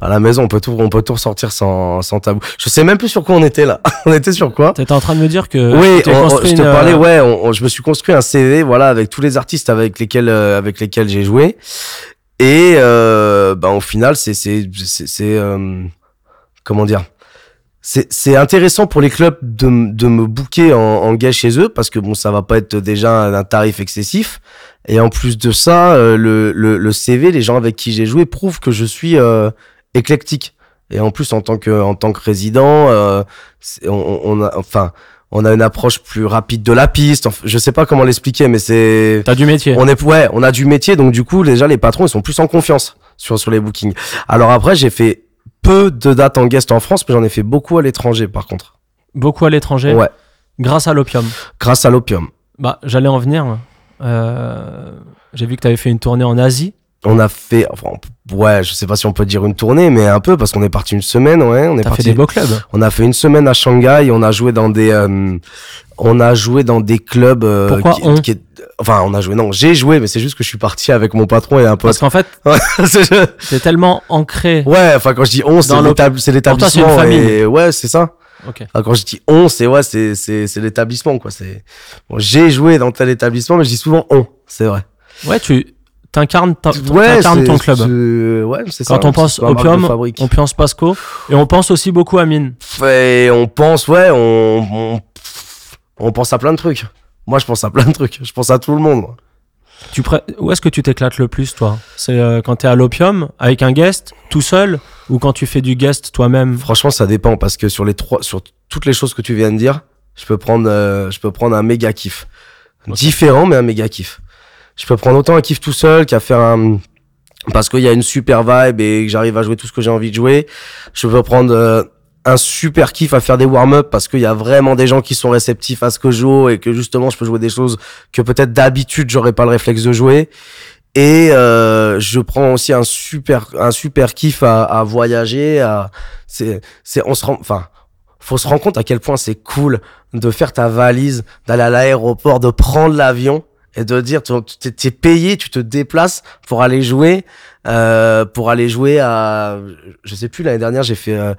[SPEAKER 1] À la maison, on peut tout, on peut tout ressortir sans, sans tabou. Je sais même plus sur quoi on était là. on était sur quoi?
[SPEAKER 2] T'étais en train de me dire que
[SPEAKER 1] Oui,
[SPEAKER 2] euh, tu t'es
[SPEAKER 1] on- on-
[SPEAKER 2] construit
[SPEAKER 1] je te
[SPEAKER 2] une,
[SPEAKER 1] parlais,
[SPEAKER 2] euh,
[SPEAKER 1] ouais, on- on- je me suis construit un CV, voilà, avec tous les artistes avec lesquels, euh, avec lesquels j'ai joué. Et euh, bah, au final, c'est, c'est, c'est, c'est, euh, comment dire, c'est, c'est intéressant pour les clubs de, m- de me booker en, en gay chez eux parce que bon, ça va pas être déjà un, un tarif excessif. Et en plus de ça, euh, le, le, le CV, les gens avec qui j'ai joué prouvent que je suis euh, éclectique. Et en plus, en tant que, en tant que résident, euh, c'est- on, on a, enfin, on a une approche plus rapide de la piste. Enfin, je sais pas comment l'expliquer, mais c'est
[SPEAKER 2] T'as du métier.
[SPEAKER 1] on est ouais, on a du métier, donc du coup déjà les patrons ils sont plus en confiance sur sur les bookings. Alors après j'ai fait peu de dates en guest en France, mais j'en ai fait beaucoup à l'étranger par contre.
[SPEAKER 2] Beaucoup à l'étranger.
[SPEAKER 1] Ouais,
[SPEAKER 2] Grâce à l'opium.
[SPEAKER 1] grâce à l'opium.
[SPEAKER 2] Bah, j'allais en venir. Euh, j'ai vu que t'avais fait une tournée en Asie.
[SPEAKER 1] on a fait, enfin, on peut- ouais, je sais pas si on peut dire une tournée, mais un peu parce qu'on est parti une semaine, ouais, on est
[SPEAKER 2] T'as fait
[SPEAKER 1] parti.
[SPEAKER 2] des beaux clubs.
[SPEAKER 1] on a fait une semaine à Shanghai, on a joué dans des, euh, on a joué dans des clubs. euh,
[SPEAKER 2] Pourquoi
[SPEAKER 1] qui-
[SPEAKER 2] on
[SPEAKER 1] qui- Enfin, on a joué. Non, j'ai joué, mais c'est juste que je suis parti avec mon patron et un
[SPEAKER 2] Parce
[SPEAKER 1] pote.
[SPEAKER 2] qu'en fait,
[SPEAKER 1] C'est-
[SPEAKER 2] t'es tellement ancré.
[SPEAKER 1] ouais, enfin, quand je dis on, c'est
[SPEAKER 2] Dans le-
[SPEAKER 1] l'étab- c'est
[SPEAKER 2] Pour toi, c'est une
[SPEAKER 1] l'établissement.
[SPEAKER 2] famille.
[SPEAKER 1] et ouais, c'est ça.
[SPEAKER 2] Ok.
[SPEAKER 1] Enfin, quand je dis on, c'est ouais, c'est c'est c'est l'établissement quoi. C'est bon, j'ai joué dans tel établissement, mais je dis souvent on. C'est vrai.
[SPEAKER 2] Ouais, tu t'incarnes ta-
[SPEAKER 1] ouais,
[SPEAKER 2] t'incarnes ton
[SPEAKER 1] c'est-
[SPEAKER 2] club.
[SPEAKER 1] c'est- Ouais, c'est ça.
[SPEAKER 2] Quand on pense
[SPEAKER 1] C'est pas ma marque de
[SPEAKER 2] Opium,
[SPEAKER 1] fabrique.
[SPEAKER 2] on pense Pasco et on pense aussi beaucoup à Mine.
[SPEAKER 1] Et on pense, ouais, on, on on pense à plein de trucs. Moi, je pense à plein de trucs. Je pense à tout le monde. moi.
[SPEAKER 2] Tu pré- Où est-ce que tu t'éclates le plus, toi C'est euh, quand t'es à l'opium, avec un guest, tout seul, ou quand tu fais du guest toi-même
[SPEAKER 1] Franchement, ça dépend parce que sur les trois, sur toutes les choses que tu viens de dire, je peux prendre, euh, je peux prendre un méga kiff,
[SPEAKER 2] Ok.
[SPEAKER 1] différent mais un méga kiff. Je peux prendre autant un kiff tout seul qu'à faire un, parce qu'il y a une super vibe et que j'arrive à jouer tout ce que j'ai envie de jouer. Je peux prendre euh, un super kiff à faire des warm-up parce qu'il y a vraiment des gens qui sont réceptifs à ce que je joue et que justement je peux jouer des choses que peut-être d'habitude j'aurais pas le réflexe de jouer. Et euh, je prends aussi un super un super kiff à, à voyager, à c'est c'est on se rend enfin faut se rendre compte à quel point c'est cool de faire ta valise, d'aller à l'aéroport, de prendre l'avion et de dire tu tu- t'es es payé, tu te déplaces pour aller jouer euh, pour aller jouer à je sais plus l'année dernière j'ai fait euh,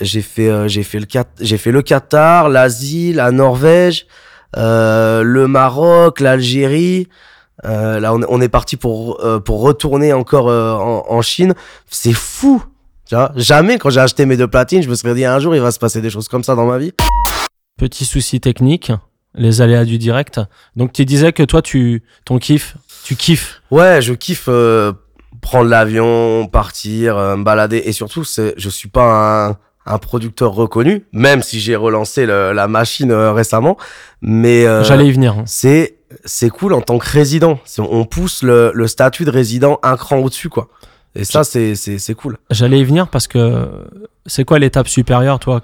[SPEAKER 1] j'ai fait euh, j'ai fait le Qat- j'ai fait le Qatar, l'Asie, la Norvège, euh, le Maroc, l'Algérie. Euh, là, on, on est parti pour euh, pour retourner encore euh, en, en Chine. C'est fou. Tu vois, jamais quand j'ai acheté mes deux platines, je me serais dit un jour il va se passer des choses comme ça dans ma vie.
[SPEAKER 2] Petit souci technique, les aléas du direct. Donc tu disais que toi, tu ton kiff, tu kiffes.
[SPEAKER 1] Ouais, je kiffe euh, prendre l'avion, partir, euh, me balader et surtout, c'est, je suis pas un, un producteur reconnu, même si j'ai relancé le- la machine euh, récemment. Mais euh,
[SPEAKER 2] J'allais y venir. hein.
[SPEAKER 1] c'est c'est cool en tant que résident. C'est- on pousse le, le statut de résident un cran au-dessus quoi. Et ça c'est c'est c'est cool.
[SPEAKER 2] J'allais y venir parce que c'est quoi l'étape supérieure, toi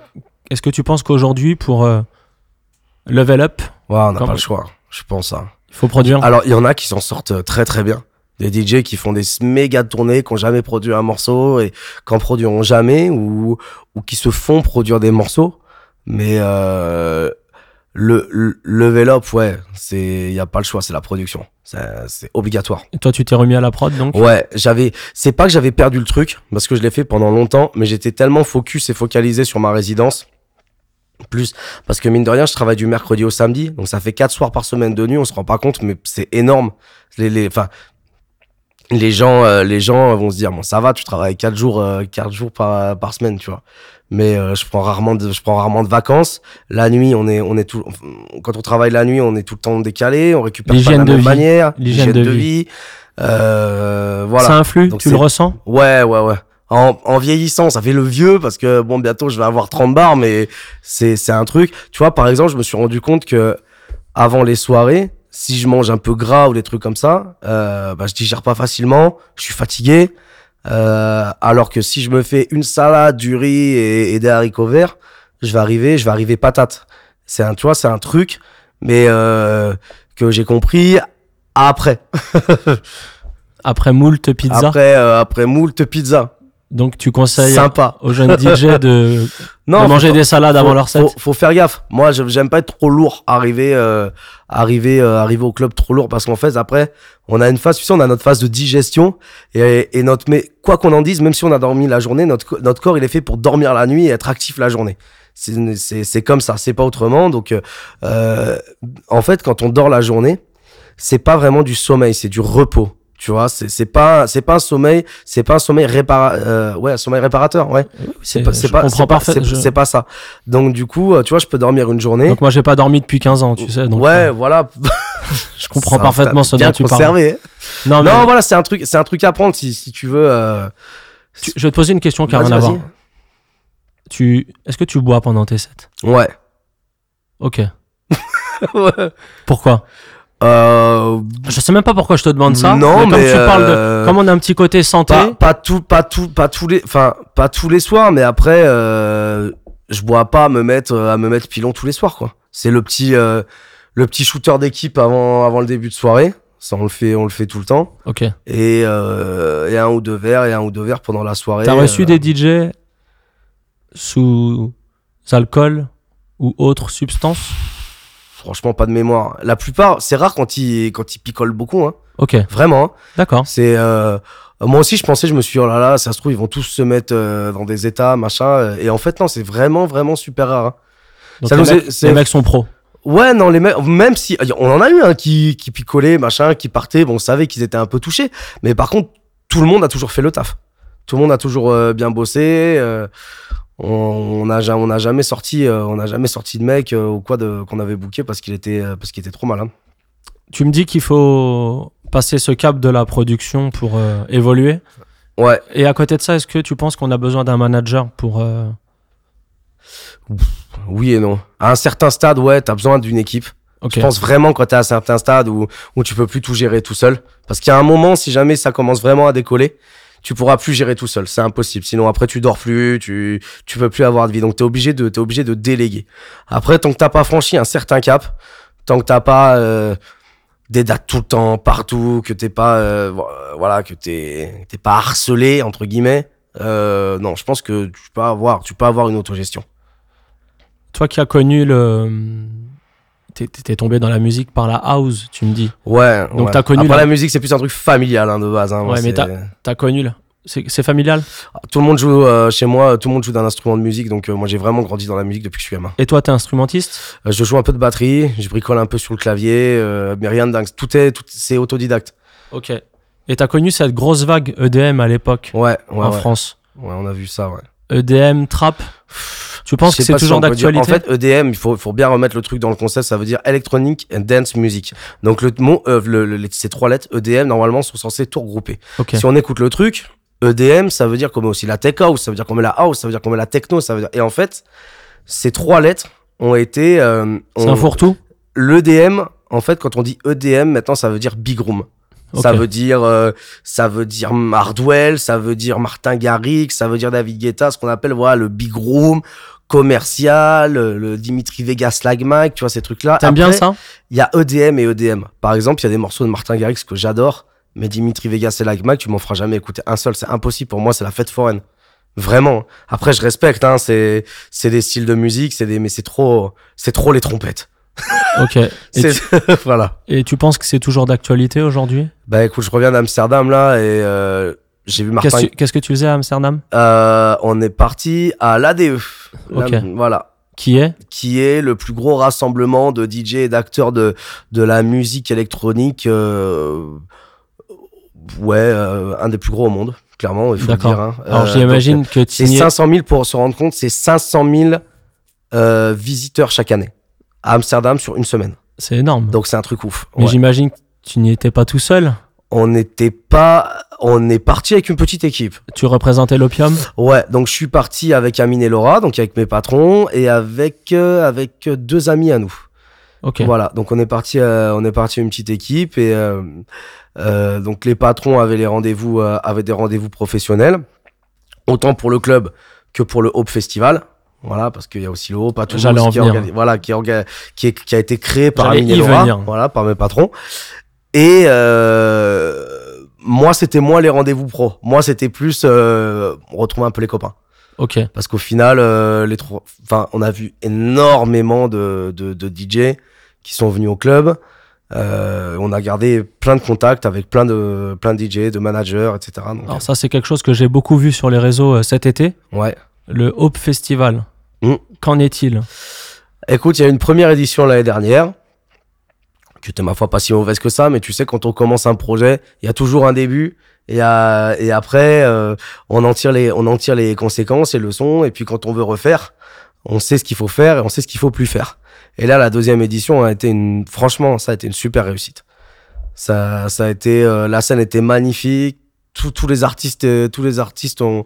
[SPEAKER 2] Est-ce que tu penses qu'aujourd'hui, pour euh, level up,
[SPEAKER 1] Ouais, on n'a
[SPEAKER 2] Quand-
[SPEAKER 1] pas le choix, hein, je pense. Hein.
[SPEAKER 2] il faut produire
[SPEAKER 1] Alors, il y en a qui s'en sortent euh, très très bien. Des DJ qui font des méga tournées, qui n'ont jamais produit un morceau et qu'en produiront jamais ou, ou qui se font produire des morceaux. Mais euh, le, le level up, ouais, il n'y a pas le choix, c'est la production. Ça, C'est obligatoire.
[SPEAKER 2] Et Toi, tu t'es remis à la prod, donc
[SPEAKER 1] Ouais, j'avais. C'est pas que j'avais perdu le truc, parce que je l'ai fait pendant longtemps, mais j'étais tellement focus et focalisé sur ma résidence. Plus, parce que mine de rien, je travaille du mercredi au samedi, donc ça fait quatre soirs par semaine de nuit, on se rend pas compte, mais c'est énorme. Les, les, enfin, les gens, euh, les gens vont se dire, bon, ça va, tu travailles quatre jours, euh, quatre jours par, par semaine, tu vois. Mais euh, je prends rarement, de, je prends rarement de vacances. La nuit, on est, on est tout, quand on travaille la nuit, on est tout le temps décalé, on récupère pas de
[SPEAKER 2] L'hygiène
[SPEAKER 1] la
[SPEAKER 2] de
[SPEAKER 1] même
[SPEAKER 2] vie.
[SPEAKER 1] manière,
[SPEAKER 2] L'hygiène de
[SPEAKER 1] Euh,
[SPEAKER 2] ça
[SPEAKER 1] voilà.
[SPEAKER 2] influe,
[SPEAKER 1] Donc
[SPEAKER 2] tu le
[SPEAKER 1] c'est-
[SPEAKER 2] ressens
[SPEAKER 1] Ouais, ouais, ouais. En, en vieillissant, ça fait le vieux parce que bon, bientôt je vais avoir 30 bars, mais c'est c'est un truc. Tu vois, par exemple, je me suis rendu compte que avant les soirées, si je mange un peu gras ou des trucs comme ça, euh, bah, je digère pas facilement, je suis fatigué. Euh, alors que si je me fais une salade, du riz et, et des haricots verts, je vais arriver, je vais arriver patate. C'est un, tu vois, c'est un truc, mais euh, que j'ai compris après,
[SPEAKER 2] Après moult pizza,
[SPEAKER 1] après, euh, après moult pizza,
[SPEAKER 2] donc tu conseilles
[SPEAKER 1] sympa.
[SPEAKER 2] aux jeunes DJ de,
[SPEAKER 1] Non,
[SPEAKER 2] de
[SPEAKER 1] faut
[SPEAKER 2] manger
[SPEAKER 1] pas-
[SPEAKER 2] des salades
[SPEAKER 1] faut-
[SPEAKER 2] avant leur set.
[SPEAKER 1] Faut, faut faire gaffe. Moi, je- j'aime pas être trop lourd, arriver, euh, arriver, euh, arriver au club trop lourd, parce qu'en fait, après, on a une phase, tu sais, on a notre phase de digestion et, et notre, mais quoi qu'on en dise, même si on a dormi la journée, notre, co- notre corps, il est fait pour dormir la nuit et être actif la journée. C'est une- C'est c'est comme ça, c'est pas autrement. Donc, euh, euh, en fait, quand on dort la journée, c'est pas vraiment du sommeil, c'est du repos. Tu vois, c'est c'est pas, c'est pas un sommeil, c'est pas un sommeil répara, euh, ouais, un sommeil réparateur, ouais. C'est pas, c'est
[SPEAKER 2] je
[SPEAKER 1] pas,
[SPEAKER 2] comprends
[SPEAKER 1] c'est pas-
[SPEAKER 2] parfait-
[SPEAKER 1] c'est-
[SPEAKER 2] je-
[SPEAKER 1] c'est pas ça. Donc du coup, euh, tu vois, je peux dormir une journée.
[SPEAKER 2] Donc moi j'ai pas dormi depuis 15 ans, tu sais. Donc,
[SPEAKER 1] ouais,
[SPEAKER 2] euh,
[SPEAKER 1] voilà.
[SPEAKER 2] je comprends
[SPEAKER 1] Ça,
[SPEAKER 2] parfaitement ce
[SPEAKER 1] t'as bien
[SPEAKER 2] dont tu parles.
[SPEAKER 1] conservé.
[SPEAKER 2] Non, mais
[SPEAKER 1] Non, voilà, c'est un truc, c'est un truc à prendre si, si tu veux. euh,
[SPEAKER 2] tu- je vais te poser une question qui a
[SPEAKER 1] vas-y,
[SPEAKER 2] rien à voir.
[SPEAKER 1] vas-y.
[SPEAKER 2] Tu, est-ce que tu bois pendant tes sets
[SPEAKER 1] Ouais.
[SPEAKER 2] Ok.
[SPEAKER 1] Ouais.
[SPEAKER 2] Pourquoi
[SPEAKER 1] Euh,
[SPEAKER 2] Je sais même pas pourquoi je te demande ça.
[SPEAKER 1] Non,
[SPEAKER 2] mais comme
[SPEAKER 1] mais,
[SPEAKER 2] tu parles de,
[SPEAKER 1] euh, bah,
[SPEAKER 2] comme on a un petit côté santé,
[SPEAKER 1] pas, pas tout, pas tout, pas tous les, enfin, pas tous les soirs, mais après, euh, je bois pas à me mettre, euh, à me mettre pilon tous les soirs, quoi. C'est le petit, euh, le petit shooter d'équipe avant, avant le début de soirée. Ça, on le fait, on le fait tout le temps.
[SPEAKER 2] Ok.
[SPEAKER 1] Et, euh, et un ou deux verres, et un ou deux verres pendant la soirée.
[SPEAKER 2] T'as reçu
[SPEAKER 1] euh,
[SPEAKER 2] des DJ sous alcool ou autre substance
[SPEAKER 1] Franchement, pas de mémoire. La plupart, c'est rare quand ils, quand ils picolent beaucoup, hein.
[SPEAKER 2] Ok,
[SPEAKER 1] Vraiment. hein.
[SPEAKER 2] d'accord.
[SPEAKER 1] C'est euh, moi aussi, je pensais, je me suis dit, oh là là, ça se trouve, ils vont tous se mettre euh, dans des états, machin. euh, Et en fait, non, c'est vraiment, vraiment super rare. hein.
[SPEAKER 2] Donc
[SPEAKER 1] Ça
[SPEAKER 2] les,
[SPEAKER 1] nous
[SPEAKER 2] mecs,
[SPEAKER 1] est- c'est-
[SPEAKER 2] les mecs sont pros.
[SPEAKER 1] Ouais, non, les mecs, même si on en a eu un qui, qui picolait, machin, qui partait, bon, on savait qu'ils étaient un peu touchés, mais par contre, tout le monde a toujours fait le taf. Tout le monde a toujours euh, bien bossé. euh, on on a ja- on a jamais sorti, euh, on a jamais sorti de mec euh, ou quoi de qu'on avait bouqué parce qu'il était euh, parce qu'il était trop malin.
[SPEAKER 2] Tu me dis qu'il faut passer ce cap de la production pour euh, évoluer.
[SPEAKER 1] Ouais.
[SPEAKER 2] Et à côté de ça, est-ce que tu penses qu'on a besoin d'un manager pour... euh,
[SPEAKER 1] Oui et non. À un certain stade, ouais, t'as besoin d'une équipe.
[SPEAKER 2] Ok,
[SPEAKER 1] Je pense vraiment quand t'es à un certain stade où, où tu peux plus tout gérer tout seul. Parce qu'il y a un moment, si jamais ça commence vraiment à décoller, tu pourras plus gérer tout seul. C'est impossible. Sinon, après, tu dors plus, tu, tu peux plus avoir de vie. Donc, t'es obligé de, t'es obligé de déléguer. Après, tant que t'as pas franchi un certain cap, tant que t'as pas, euh, des dates tout le temps, partout, que t'es pas, euh, vo- voilà, que t'es, t'es pas harcelé, entre guillemets, euh, non, je pense que tu peux avoir, tu peux avoir une autogestion.
[SPEAKER 2] Toi qui as connu le... T'es t'es tombé dans la musique par la house, tu me dis.
[SPEAKER 1] Ouais.
[SPEAKER 2] Donc,
[SPEAKER 1] ouais.
[SPEAKER 2] t'as connu
[SPEAKER 1] Après,
[SPEAKER 2] la-
[SPEAKER 1] la... musique, c'est plus un truc familial, hein, de base, hein. Moi,
[SPEAKER 2] Ouais, mais
[SPEAKER 1] c'est-
[SPEAKER 2] t'as- T'as connu là C'est c'est familial
[SPEAKER 1] Tout le monde joue euh, chez moi, tout le monde joue d'un instrument de musique, donc euh, moi j'ai vraiment grandi dans la musique depuis que je suis gamin.
[SPEAKER 2] Et toi, t'es instrumentiste
[SPEAKER 1] Euh, je joue un peu de batterie, je bricole un peu sur le clavier, euh, mais rien de dingue. Tout est, tout, c'est autodidacte.
[SPEAKER 2] Ok. Et t'as connu cette grosse vague EDM à l'époque
[SPEAKER 1] Ouais, ouais,
[SPEAKER 2] en
[SPEAKER 1] ouais.
[SPEAKER 2] France
[SPEAKER 1] Ouais, on a vu ça, ouais.
[SPEAKER 2] EDM, trap Tu penses
[SPEAKER 1] Je sais
[SPEAKER 2] que c'est
[SPEAKER 1] pas si
[SPEAKER 2] toujours
[SPEAKER 1] on peut dire-
[SPEAKER 2] d'actualité
[SPEAKER 1] En fait, EDM, il faut, faut bien remettre le truc dans le concept, ça veut dire Electronic and Dance Music. Donc le mot, euh, le- le- les- ces trois lettres EDM, normalement, sont censées tout regrouper.
[SPEAKER 2] Ok.
[SPEAKER 1] Si on écoute le truc, EDM, ça veut dire qu'on met aussi la tech house, ça veut dire qu'on met la house, ça veut dire qu'on met la techno, ça veut dire... Et en fait, ces trois lettres ont été... euh,
[SPEAKER 2] C'est
[SPEAKER 1] ont-
[SPEAKER 2] un fourre-tout
[SPEAKER 1] L'EDM, en fait, quand on dit EDM, maintenant, ça veut dire big room. Ça
[SPEAKER 2] Ok.
[SPEAKER 1] veut dire, euh, ça veut dire Hardwell, ça veut dire Martin Garrix, ça veut dire David Guetta, ce qu'on appelle voilà le big room commercial, euh, le Dimitri Vegas Lagmac, tu vois ces trucs-là.
[SPEAKER 2] T'aimes bien
[SPEAKER 1] Après,
[SPEAKER 2] ça
[SPEAKER 1] Il y a EDM et EDM. Par exemple, il y a des morceaux de Martin Garrix que j'adore, mais Dimitri Vegas et Lagmac, tu m'en feras jamais écouter un seul. C'est impossible pour moi. C'est la fête foraine. Vraiment. Après, je respecte. Hein, c'est, c'est des styles de musique, c'est des, mais c'est trop, c'est trop les trompettes.
[SPEAKER 2] Ok. Et
[SPEAKER 1] C'est,
[SPEAKER 2] tu-
[SPEAKER 1] voilà.
[SPEAKER 2] et tu penses que c'est toujours d'actualité aujourd'hui
[SPEAKER 1] Bah écoute, je reviens d'Amsterdam là et euh, j'ai vu Martin.
[SPEAKER 2] Qu'est-ce que- qu'est-ce que tu faisais à Amsterdam
[SPEAKER 1] Euh, on est parti à l'ADE.
[SPEAKER 2] Ok.
[SPEAKER 1] Voilà.
[SPEAKER 2] Qui est
[SPEAKER 1] Qui est le plus gros rassemblement de DJ et d'acteurs de, de la musique électronique. euh, Ouais, euh, un des plus gros au monde, clairement, il faut le
[SPEAKER 2] D'accord.
[SPEAKER 1] dire. hein.
[SPEAKER 2] Alors
[SPEAKER 1] Euh, donc,
[SPEAKER 2] j'imagine que
[SPEAKER 1] C'est
[SPEAKER 2] tu
[SPEAKER 1] 500 000 pour se rendre compte, c'est 500 000 euh, visiteurs chaque année à Amsterdam sur une semaine.
[SPEAKER 2] C'est énorme.
[SPEAKER 1] Donc c'est un truc ouf.
[SPEAKER 2] Mais
[SPEAKER 1] Ouais.
[SPEAKER 2] j'imagine que tu n'y étais pas tout seul.
[SPEAKER 1] On n'était pas, on est parti avec une petite équipe.
[SPEAKER 2] Tu représentais l'opium.
[SPEAKER 1] Ouais, donc je suis parti avec Amine et Laura, donc avec mes patrons et avec euh, avec deux amis à nous.
[SPEAKER 2] Ok.
[SPEAKER 1] Voilà, donc on est parti euh, on est parti une petite équipe et euh, euh, donc les patrons avaient les rendez-vous euh, avaient des rendez-vous professionnels autant pour le club que pour le Hope Festival. Voilà, parce qu'il y a aussi le Hope à tout
[SPEAKER 2] J'allais en
[SPEAKER 1] qui, est
[SPEAKER 2] venir.
[SPEAKER 1] organi- voilà, qui, est orga- qui, est- qui a été créé par
[SPEAKER 2] J'allais
[SPEAKER 1] Amine
[SPEAKER 2] y
[SPEAKER 1] et Laura,
[SPEAKER 2] venir.
[SPEAKER 1] voilà, par mes patrons. Et euh, moi, c'était moins les rendez-vous pro. Moi, c'était plus euh, on retrouve un peu les copains.
[SPEAKER 2] Ok.
[SPEAKER 1] Parce qu'au final, euh, les trois, enfin, on a vu énormément de, de, de DJ qui sont venus au club. Euh, on a gardé plein de contacts avec plein de, plein de DJ, de managers, etc. Donc,
[SPEAKER 2] Alors ça c'est quelque chose que j'ai beaucoup vu sur les réseaux euh, cet été.
[SPEAKER 1] ouais.
[SPEAKER 2] Le Hope Festival.
[SPEAKER 1] Mm.
[SPEAKER 2] Qu'en est-il
[SPEAKER 1] Écoute, il y a eu une première édition l'année dernière, qui était ma foi pas si mauvaise que ça, mais tu sais, quand on commence un projet, il y a toujours un début, et, euh, et après, euh, on, en tire les, on en tire les conséquences et leçons, et puis quand on veut refaire, on sait ce qu'il faut faire et on sait ce qu'il faut plus faire. Et là, la deuxième édition a été une, franchement, ça a été une super réussite. Ça, ça a été, euh, la scène était magnifique, tous tous les artistes, euh, tous les artistes ont,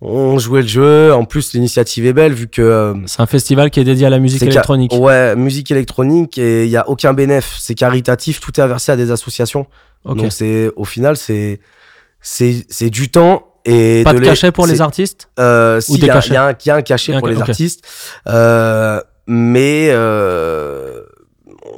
[SPEAKER 1] ont joué le jeu, en plus, l'initiative est belle, vu que, euh,
[SPEAKER 2] C'est un festival qui est dédié à la musique
[SPEAKER 1] c'est ca-
[SPEAKER 2] électronique.
[SPEAKER 1] Ouais, musique électronique et il y a aucun bénéf. C'est caritatif, tout est versé à des associations.
[SPEAKER 2] Ok.
[SPEAKER 1] Donc c'est au final c'est c'est c'est du temps et
[SPEAKER 2] Pas de
[SPEAKER 1] les-
[SPEAKER 2] cachet pour les
[SPEAKER 1] c'est-
[SPEAKER 2] artistes
[SPEAKER 1] euh, si,
[SPEAKER 2] Ou
[SPEAKER 1] il
[SPEAKER 2] des
[SPEAKER 1] y, a-
[SPEAKER 2] cachets.
[SPEAKER 1] il y a un- il y a un cachet
[SPEAKER 2] Il y a un
[SPEAKER 1] pour
[SPEAKER 2] ca-
[SPEAKER 1] les
[SPEAKER 2] ok.
[SPEAKER 1] artistes, euh, mais euh,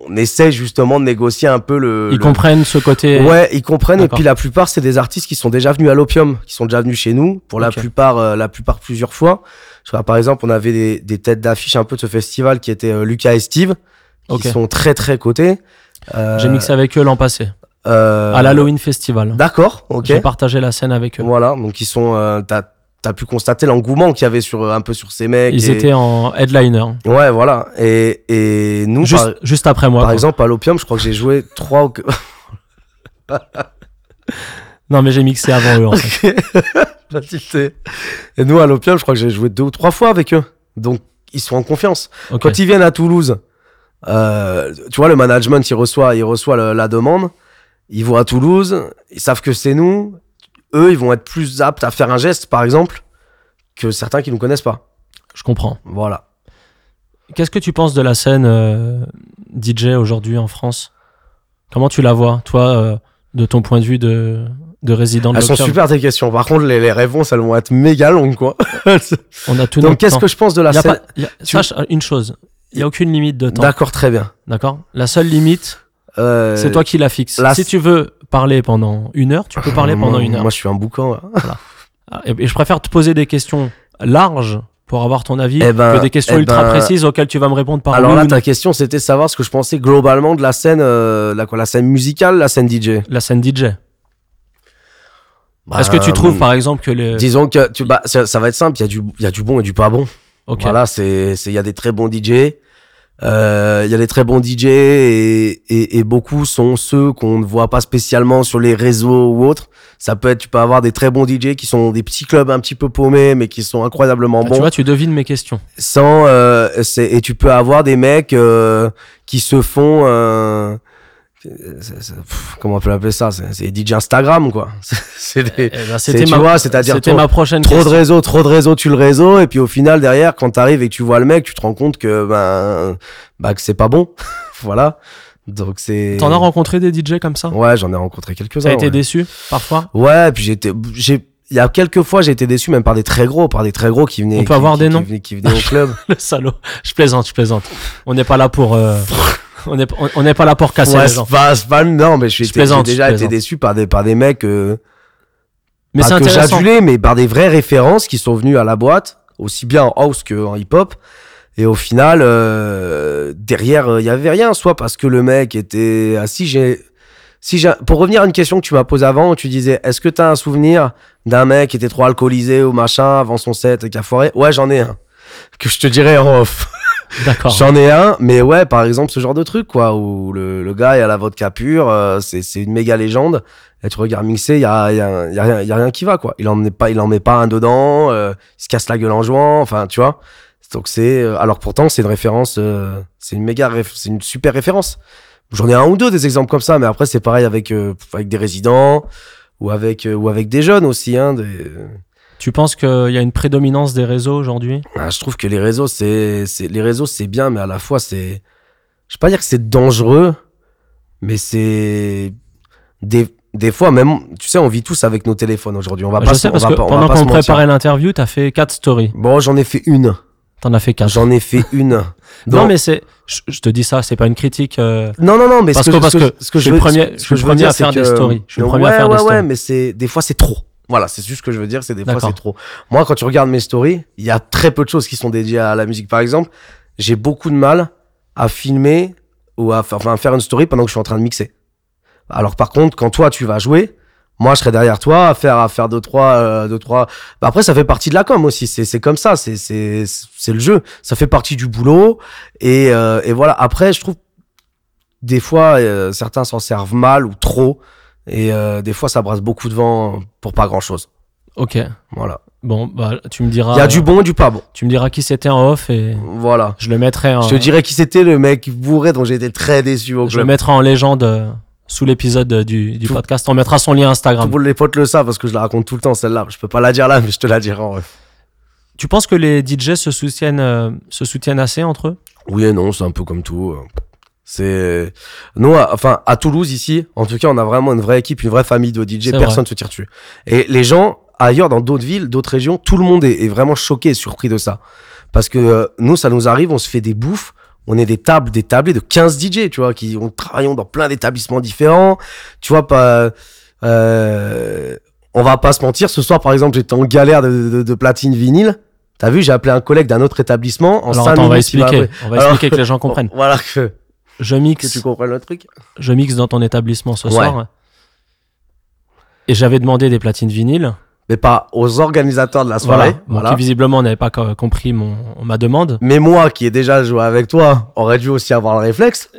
[SPEAKER 1] on essaie justement de négocier un peu le.
[SPEAKER 2] Ils
[SPEAKER 1] le-
[SPEAKER 2] comprennent ce côté.
[SPEAKER 1] Ouais, ils comprennent. Et
[SPEAKER 2] D'accord.
[SPEAKER 1] puis la plupart, c'est des artistes qui sont déjà venus à l'Opium, qui sont déjà venus chez nous, pour la
[SPEAKER 2] Ok.
[SPEAKER 1] plupart, euh, la plupart plusieurs fois. Je crois, par exemple, on avait des, des têtes d'affiche un peu de ce festival qui étaient euh, Lucas et Steve, qui
[SPEAKER 2] Ok.
[SPEAKER 1] sont très très cotés. Euh,
[SPEAKER 2] J'ai mixé avec eux l'an passé,
[SPEAKER 1] euh,
[SPEAKER 2] à l'Halloween Festival.
[SPEAKER 1] D'accord, ok.
[SPEAKER 2] J'ai partagé la scène avec eux.
[SPEAKER 1] Voilà, donc ils sont. Euh, t'as t'as pu constater l'engouement qu'il y avait sur euh, un peu sur ces mecs.
[SPEAKER 2] Ils
[SPEAKER 1] et-
[SPEAKER 2] étaient en headliner,
[SPEAKER 1] Ouais, voilà. Et et nous,
[SPEAKER 2] juste,
[SPEAKER 1] par,
[SPEAKER 2] juste après moi.
[SPEAKER 1] par
[SPEAKER 2] quoi.
[SPEAKER 1] exemple, à l'Opium, je crois que j'ai joué trois. ou que-
[SPEAKER 2] Non, mais j'ai mixé avant eux. En fait.
[SPEAKER 1] Pas tilté. Et nous, à l'Opium, je crois que j'ai joué deux ou trois fois avec eux. Donc, ils sont en confiance.
[SPEAKER 2] Ok.
[SPEAKER 1] Quand ils viennent à Toulouse, euh, tu vois, le management, il reçoit, il reçoit le- la demande. Ils vont à Toulouse, ils savent que c'est nous. Eux, ils vont être plus aptes à faire un geste, par exemple, que certains qui nous connaissent pas.
[SPEAKER 2] Je comprends.
[SPEAKER 1] Voilà.
[SPEAKER 2] Qu'est-ce que tu penses de la scène euh, DJ aujourd'hui en France Comment tu la vois, toi, euh, de ton point de vue de, de résident de
[SPEAKER 1] Elles sont
[SPEAKER 2] l'Opium
[SPEAKER 1] super tes questions. Par contre, les, les réponses, elles vont être méga longues, quoi.
[SPEAKER 2] On a tout
[SPEAKER 1] Donc,
[SPEAKER 2] notre
[SPEAKER 1] qu'est-ce
[SPEAKER 2] temps.
[SPEAKER 1] que je pense de la
[SPEAKER 2] Y a
[SPEAKER 1] scène
[SPEAKER 2] pas- y a-
[SPEAKER 1] tu-
[SPEAKER 2] Sache une chose, il n'y a aucune limite de temps.
[SPEAKER 1] D'accord, très bien.
[SPEAKER 2] D'accord La seule limite,
[SPEAKER 1] Euh,
[SPEAKER 2] c'est toi qui la fixes.
[SPEAKER 1] la-
[SPEAKER 2] Si tu veux parler pendant une heure, tu peux parler
[SPEAKER 1] moi-
[SPEAKER 2] pendant une heure.
[SPEAKER 1] Moi, je suis un boucan. ouais.
[SPEAKER 2] Ah, Et et je préfère te poser des questions larges pour avoir ton avis
[SPEAKER 1] Eh ben,
[SPEAKER 2] que des questions
[SPEAKER 1] eh
[SPEAKER 2] ultra
[SPEAKER 1] ben,
[SPEAKER 2] précises auxquelles tu vas me répondre par
[SPEAKER 1] Alors
[SPEAKER 2] oui
[SPEAKER 1] là,
[SPEAKER 2] ou non.
[SPEAKER 1] ta question, c'était de savoir ce que je pensais globalement de la scène, euh, la, quoi, la scène musicale, la scène DJ.
[SPEAKER 2] la scène DJ.
[SPEAKER 1] Bah,
[SPEAKER 2] Est-ce que tu trouves
[SPEAKER 1] euh,
[SPEAKER 2] par exemple que les
[SPEAKER 1] Disons que tu, bah, ça, ça va être simple, il y, a du- il y a du bon et du pas bon.
[SPEAKER 2] Ok.
[SPEAKER 1] Voilà, c'est, c'est- il y a des très bons DJ. euh, Il y a des très bons DJ et, et, et beaucoup sont ceux qu'on ne voit pas spécialement sur les réseaux ou autres. Ça peut être, tu peux avoir des très bons DJ qui sont des petits clubs un petit peu paumés, mais qui sont incroyablement
[SPEAKER 2] Ah,
[SPEAKER 1] bons.
[SPEAKER 2] Tu vois, tu devines mes questions.
[SPEAKER 1] sans euh, c'est et tu peux avoir des mecs euh, qui se font euh, c'est- c'est- pff, comment on peut appeler ça c'est c'est DJ Instagram quoi C'est- c'est des
[SPEAKER 2] Eh ben,
[SPEAKER 1] c'est-
[SPEAKER 2] C'était
[SPEAKER 1] tu
[SPEAKER 2] ma,
[SPEAKER 1] vois c'est-à-dire
[SPEAKER 2] c'était
[SPEAKER 1] trop,
[SPEAKER 2] ma prochaine
[SPEAKER 1] trop de
[SPEAKER 2] question.
[SPEAKER 1] réseau trop de réseau tu le réseau et puis au final derrière quand t'arrives et que tu vois le mec tu te rends compte que ben bah que c'est pas bon voilà donc c'est
[SPEAKER 2] T'en as rencontré des DJ comme ça
[SPEAKER 1] ouais j'en ai rencontré quelques uns
[SPEAKER 2] T'as été
[SPEAKER 1] ouais.
[SPEAKER 2] déçu parfois
[SPEAKER 1] Ouais, puis j'étais, j'ai, il y a quelques fois j'ai été déçu même par des très gros, par des très gros qui venaient.
[SPEAKER 2] On peut
[SPEAKER 1] qui-
[SPEAKER 2] avoir
[SPEAKER 1] qui-
[SPEAKER 2] des
[SPEAKER 1] qui
[SPEAKER 2] noms
[SPEAKER 1] venaient- qui venaient au club.
[SPEAKER 2] Le salaud. Je plaisante, je plaisante. On n'est pas là pour. euh, on n'est on- on n'est pas là pour casser
[SPEAKER 1] Ouais,
[SPEAKER 2] les
[SPEAKER 1] c'est
[SPEAKER 2] gens.
[SPEAKER 1] pas- c'est pas- non, mais j'ai été-
[SPEAKER 2] Ah, Je
[SPEAKER 1] j'ai
[SPEAKER 2] plaisante, je
[SPEAKER 1] déjà été
[SPEAKER 2] plaisante.
[SPEAKER 1] déçu par des, par des mecs euh,
[SPEAKER 2] Mais
[SPEAKER 1] pas
[SPEAKER 2] c'est
[SPEAKER 1] que
[SPEAKER 2] intéressant.
[SPEAKER 1] j'adulais, mais par des vraies références qui sont venues à la boîte, aussi bien en house qu'en hip-hop. Et au final, euh, derrière, euh, il y avait rien, soit parce que le mec était assis. J'ai, si j'ai, pour revenir à une question que tu m'as posée avant, tu disais, est-ce que t'as un souvenir d'un mec qui était trop alcoolisé ou machin avant son set et qui a foiré Ouais, j'en ai un que je te dirai en off.
[SPEAKER 2] D'accord.
[SPEAKER 1] J'en ai un, mais ouais, par exemple, ce genre de truc, quoi, où le, le gars est à la vodka pure, euh, c'est c'est une méga légende, et tu regardes mixer, il y a, y, a, y, a rien- y a rien qui va, quoi. Il en met pas, il en met pas un dedans, euh, il se casse la gueule en jouant, enfin, tu vois. Donc c'est, euh, alors pourtant, c'est une référence, euh, c'est une méga, réf- c'est une super référence. J'en ai un ou deux des exemples comme ça, mais après, c'est pareil avec, euh, avec des résidents, ou avec, euh, ou avec des jeunes aussi, hein, des...
[SPEAKER 2] Tu penses qu'il y a une prédominance des réseaux aujourd'hui
[SPEAKER 1] Ah, je trouve que les réseaux, c'est, c'est, les réseaux, c'est bien, mais à la fois, c'est, je vais pas dire que c'est dangereux, mais c'est, des, des fois, même, tu sais, on vit tous avec nos téléphones aujourd'hui. On va
[SPEAKER 2] Je
[SPEAKER 1] Bah, pas,
[SPEAKER 2] sais
[SPEAKER 1] se-
[SPEAKER 2] parce
[SPEAKER 1] on va
[SPEAKER 2] que
[SPEAKER 1] pas- on va
[SPEAKER 2] pendant
[SPEAKER 1] pas
[SPEAKER 2] qu'on
[SPEAKER 1] se mentir.
[SPEAKER 2] préparait l'interview, t'as fait 4 stories.
[SPEAKER 1] Bon, j'en ai fait une.
[SPEAKER 2] T'en as fait 4.
[SPEAKER 1] J'en ai fait une.
[SPEAKER 2] Non,
[SPEAKER 1] Donc-
[SPEAKER 2] mais c'est. Je, je te dis ça, c'est pas une critique. euh,
[SPEAKER 1] non, non, non, mais
[SPEAKER 2] Parce
[SPEAKER 1] ce
[SPEAKER 2] que-
[SPEAKER 1] que,
[SPEAKER 2] parce
[SPEAKER 1] ce
[SPEAKER 2] que
[SPEAKER 1] ce que
[SPEAKER 2] je suis
[SPEAKER 1] veux-
[SPEAKER 2] le
[SPEAKER 1] ce
[SPEAKER 2] premier-
[SPEAKER 1] que-
[SPEAKER 2] je
[SPEAKER 1] ce
[SPEAKER 2] suis
[SPEAKER 1] que
[SPEAKER 2] le
[SPEAKER 1] je veux
[SPEAKER 2] premier à
[SPEAKER 1] dire, c'est
[SPEAKER 2] faire des
[SPEAKER 1] que-
[SPEAKER 2] stories. Je suis le
[SPEAKER 1] Ouais,
[SPEAKER 2] premier à faire des
[SPEAKER 1] ouais, ouais,
[SPEAKER 2] stories.
[SPEAKER 1] mais c'est, des fois, c'est trop. Voilà, c'est juste ce que je veux dire, c'est des fois,
[SPEAKER 2] D'accord.
[SPEAKER 1] c'est trop. Moi, quand tu regardes mes stories, il y a très peu de choses qui sont dédiées à la musique. Par exemple, j'ai beaucoup de mal à filmer ou à fa- enfin, à faire une story pendant que je suis en train de mixer. Alors par contre, quand toi tu vas jouer, moi je serai derrière toi à faire à faire deux trois euh, deux trois. Bah, après ça fait partie de la com aussi, c'est c'est comme ça, c'est c'est c'est le jeu, ça fait partie du boulot et euh, et voilà. Après je trouve des fois euh, certains s'en servent mal ou trop et euh, des fois ça brasse beaucoup de vent pour pas grand chose.
[SPEAKER 2] Ok.
[SPEAKER 1] Voilà.
[SPEAKER 2] Bon, bah, tu me diras.
[SPEAKER 1] Il y a du bon et du pas bon.
[SPEAKER 2] Tu me diras qui c'était en off et
[SPEAKER 1] Voilà.
[SPEAKER 2] je le mettrai en.
[SPEAKER 1] Je te dirais qui c'était le mec bourré dont j'étais très déçu au
[SPEAKER 2] Ah. Je le
[SPEAKER 1] club.
[SPEAKER 2] mettrai en légende euh, sous l'épisode euh, du, du
[SPEAKER 1] Tout-
[SPEAKER 2] podcast. On mettra son lien
[SPEAKER 1] Tout
[SPEAKER 2] Instagram.
[SPEAKER 1] pour les potes le savent parce que je la raconte tout le temps celle-là. Je peux pas la dire là, mais je te la dirai en ref.
[SPEAKER 2] Tu penses que les DJ se soutiennent, euh, se soutiennent assez entre eux
[SPEAKER 1] Oui et non, c'est un peu comme tout. euh. C'est nous, à- enfin à Toulouse ici, en tout cas, on a vraiment une vraie équipe, une vraie famille de DJ.
[SPEAKER 2] C'est vrai.
[SPEAKER 1] Personne se tire dessus. Et les gens ailleurs, dans d'autres villes, d'autres régions, tout le monde est, est vraiment choqué et surpris de ça. Parce que euh, nous, ça nous arrive, on se fait des bouffes, on est des tables, des tablés de 15 DJ, tu vois, qui ont travaillons dans plein d'établissements différents. Tu vois, pas, euh, on va pas se mentir. Ce soir, par exemple, j'étais en galère de, de- de platine vinyle. T'as vu, j'ai appelé un collègue d'un autre établissement. En
[SPEAKER 2] Alors
[SPEAKER 1] cinq
[SPEAKER 2] attends, on va
[SPEAKER 1] minutes, il m'a
[SPEAKER 2] expliquer.
[SPEAKER 1] appelé.
[SPEAKER 2] On va
[SPEAKER 1] Alors-
[SPEAKER 2] expliquer que les gens comprennent.
[SPEAKER 1] Voilà que,
[SPEAKER 2] Je
[SPEAKER 1] que
[SPEAKER 2] mixe,
[SPEAKER 1] tu comprends le truc.
[SPEAKER 2] je mixe dans ton établissement ce
[SPEAKER 1] Ouais.
[SPEAKER 2] soir. Et j'avais demandé des platines vinyles.
[SPEAKER 1] Mais pas aux organisateurs de la
[SPEAKER 2] Voilà.
[SPEAKER 1] soirée.
[SPEAKER 2] Donc,
[SPEAKER 1] voilà.
[SPEAKER 2] qui visiblement n'avait pas co- compris mon, ma demande.
[SPEAKER 1] Mais moi, qui ai déjà joué avec toi, aurais dû aussi avoir le réflexe.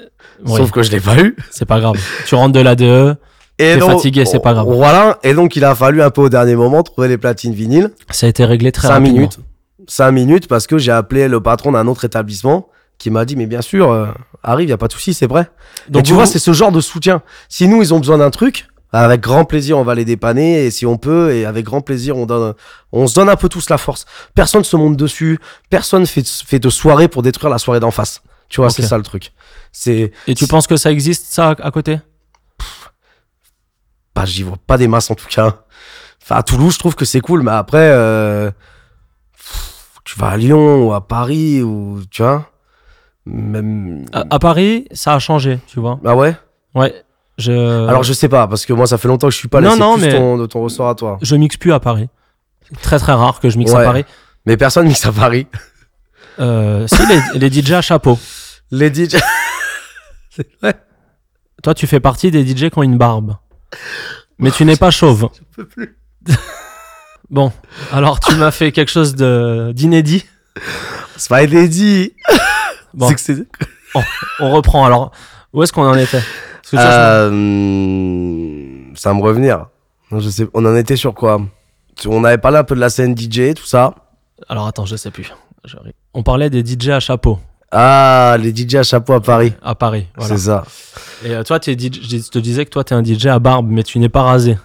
[SPEAKER 2] Oui,
[SPEAKER 1] Sauf que je l'ai pas eu.
[SPEAKER 2] C'est pas grave. tu rentres de E. l'ADE.
[SPEAKER 1] Et
[SPEAKER 2] T'es
[SPEAKER 1] donc,
[SPEAKER 2] fatigué, c'est pas grave.
[SPEAKER 1] Voilà. Et donc, il a fallu un peu au dernier moment trouver les platines vinyles.
[SPEAKER 2] Ça a été réglé très
[SPEAKER 1] 5
[SPEAKER 2] rapidement.
[SPEAKER 1] minutes. 5 minutes parce que j'ai appelé le patron d'un autre établissement qui m'a dit mais bien sûr euh, arrive, il y a pas de souci, c'est vrai. Donc
[SPEAKER 2] Donc
[SPEAKER 1] tu
[SPEAKER 2] vous-
[SPEAKER 1] vois, c'est ce genre de soutien. Si nous ils ont besoin d'un truc, bah, avec grand plaisir on va les dépanner et si on peut et avec grand plaisir on donne on se donne un peu tous la force. Personne se monte dessus, personne fait fait de soirée pour détruire la soirée d'en face. Tu vois,
[SPEAKER 2] Ok.
[SPEAKER 1] c'est ça le truc. C'est
[SPEAKER 2] Et tu penses que ça existe, ça, à à côté
[SPEAKER 1] bah, j'y vois pas des masses en tout cas. Enfin, à Toulouse, je trouve que c'est cool, mais après, euh, pff, tu vas à Lyon ou à Paris ou tu vois, même.
[SPEAKER 2] à, à Paris, ça a changé, tu vois.
[SPEAKER 1] Ah ouais.
[SPEAKER 2] Ouais. Je...
[SPEAKER 1] Alors je sais pas parce que moi ça fait longtemps que je suis pas là.
[SPEAKER 2] Euh. Non,
[SPEAKER 1] c'est
[SPEAKER 2] non,
[SPEAKER 1] plus
[SPEAKER 2] mais-
[SPEAKER 1] ton- de ton ressort à toi.
[SPEAKER 2] je mixe plus à Paris. Très très rare que je mixe à
[SPEAKER 1] Ouais.
[SPEAKER 2] Paris.
[SPEAKER 1] Mais personne mixe à Paris.
[SPEAKER 2] Euh, si les, les DJ à chapeau.
[SPEAKER 1] Les DJ.
[SPEAKER 2] Toi, tu fais partie des DJ qui ont une barbe. Mais tu n'es pas chauve. Bon, alors tu m'as fait quelque chose de- d'inédit.
[SPEAKER 1] c'est pas les dit.
[SPEAKER 2] Bon,
[SPEAKER 1] C'est que c'est.
[SPEAKER 2] on reprend. Alors, où est-ce qu'on en était Parce que tu vois, je-
[SPEAKER 1] Euh, hum, Ça va me revenir. Non, je sais. On en était sur quoi On avait parlé un peu de la scène DJ, tout ça.
[SPEAKER 2] Alors attends, je sais plus. J'arrive. On parlait des DJ à chapeau
[SPEAKER 1] Ah, les DJ à chapeau à Paris.
[SPEAKER 2] à Paris. voilà.
[SPEAKER 1] C'est ça.
[SPEAKER 2] Et euh, toi, t'es DJ je te disais que toi, tu es un DJ à barbe, mais tu n'es pas rasé.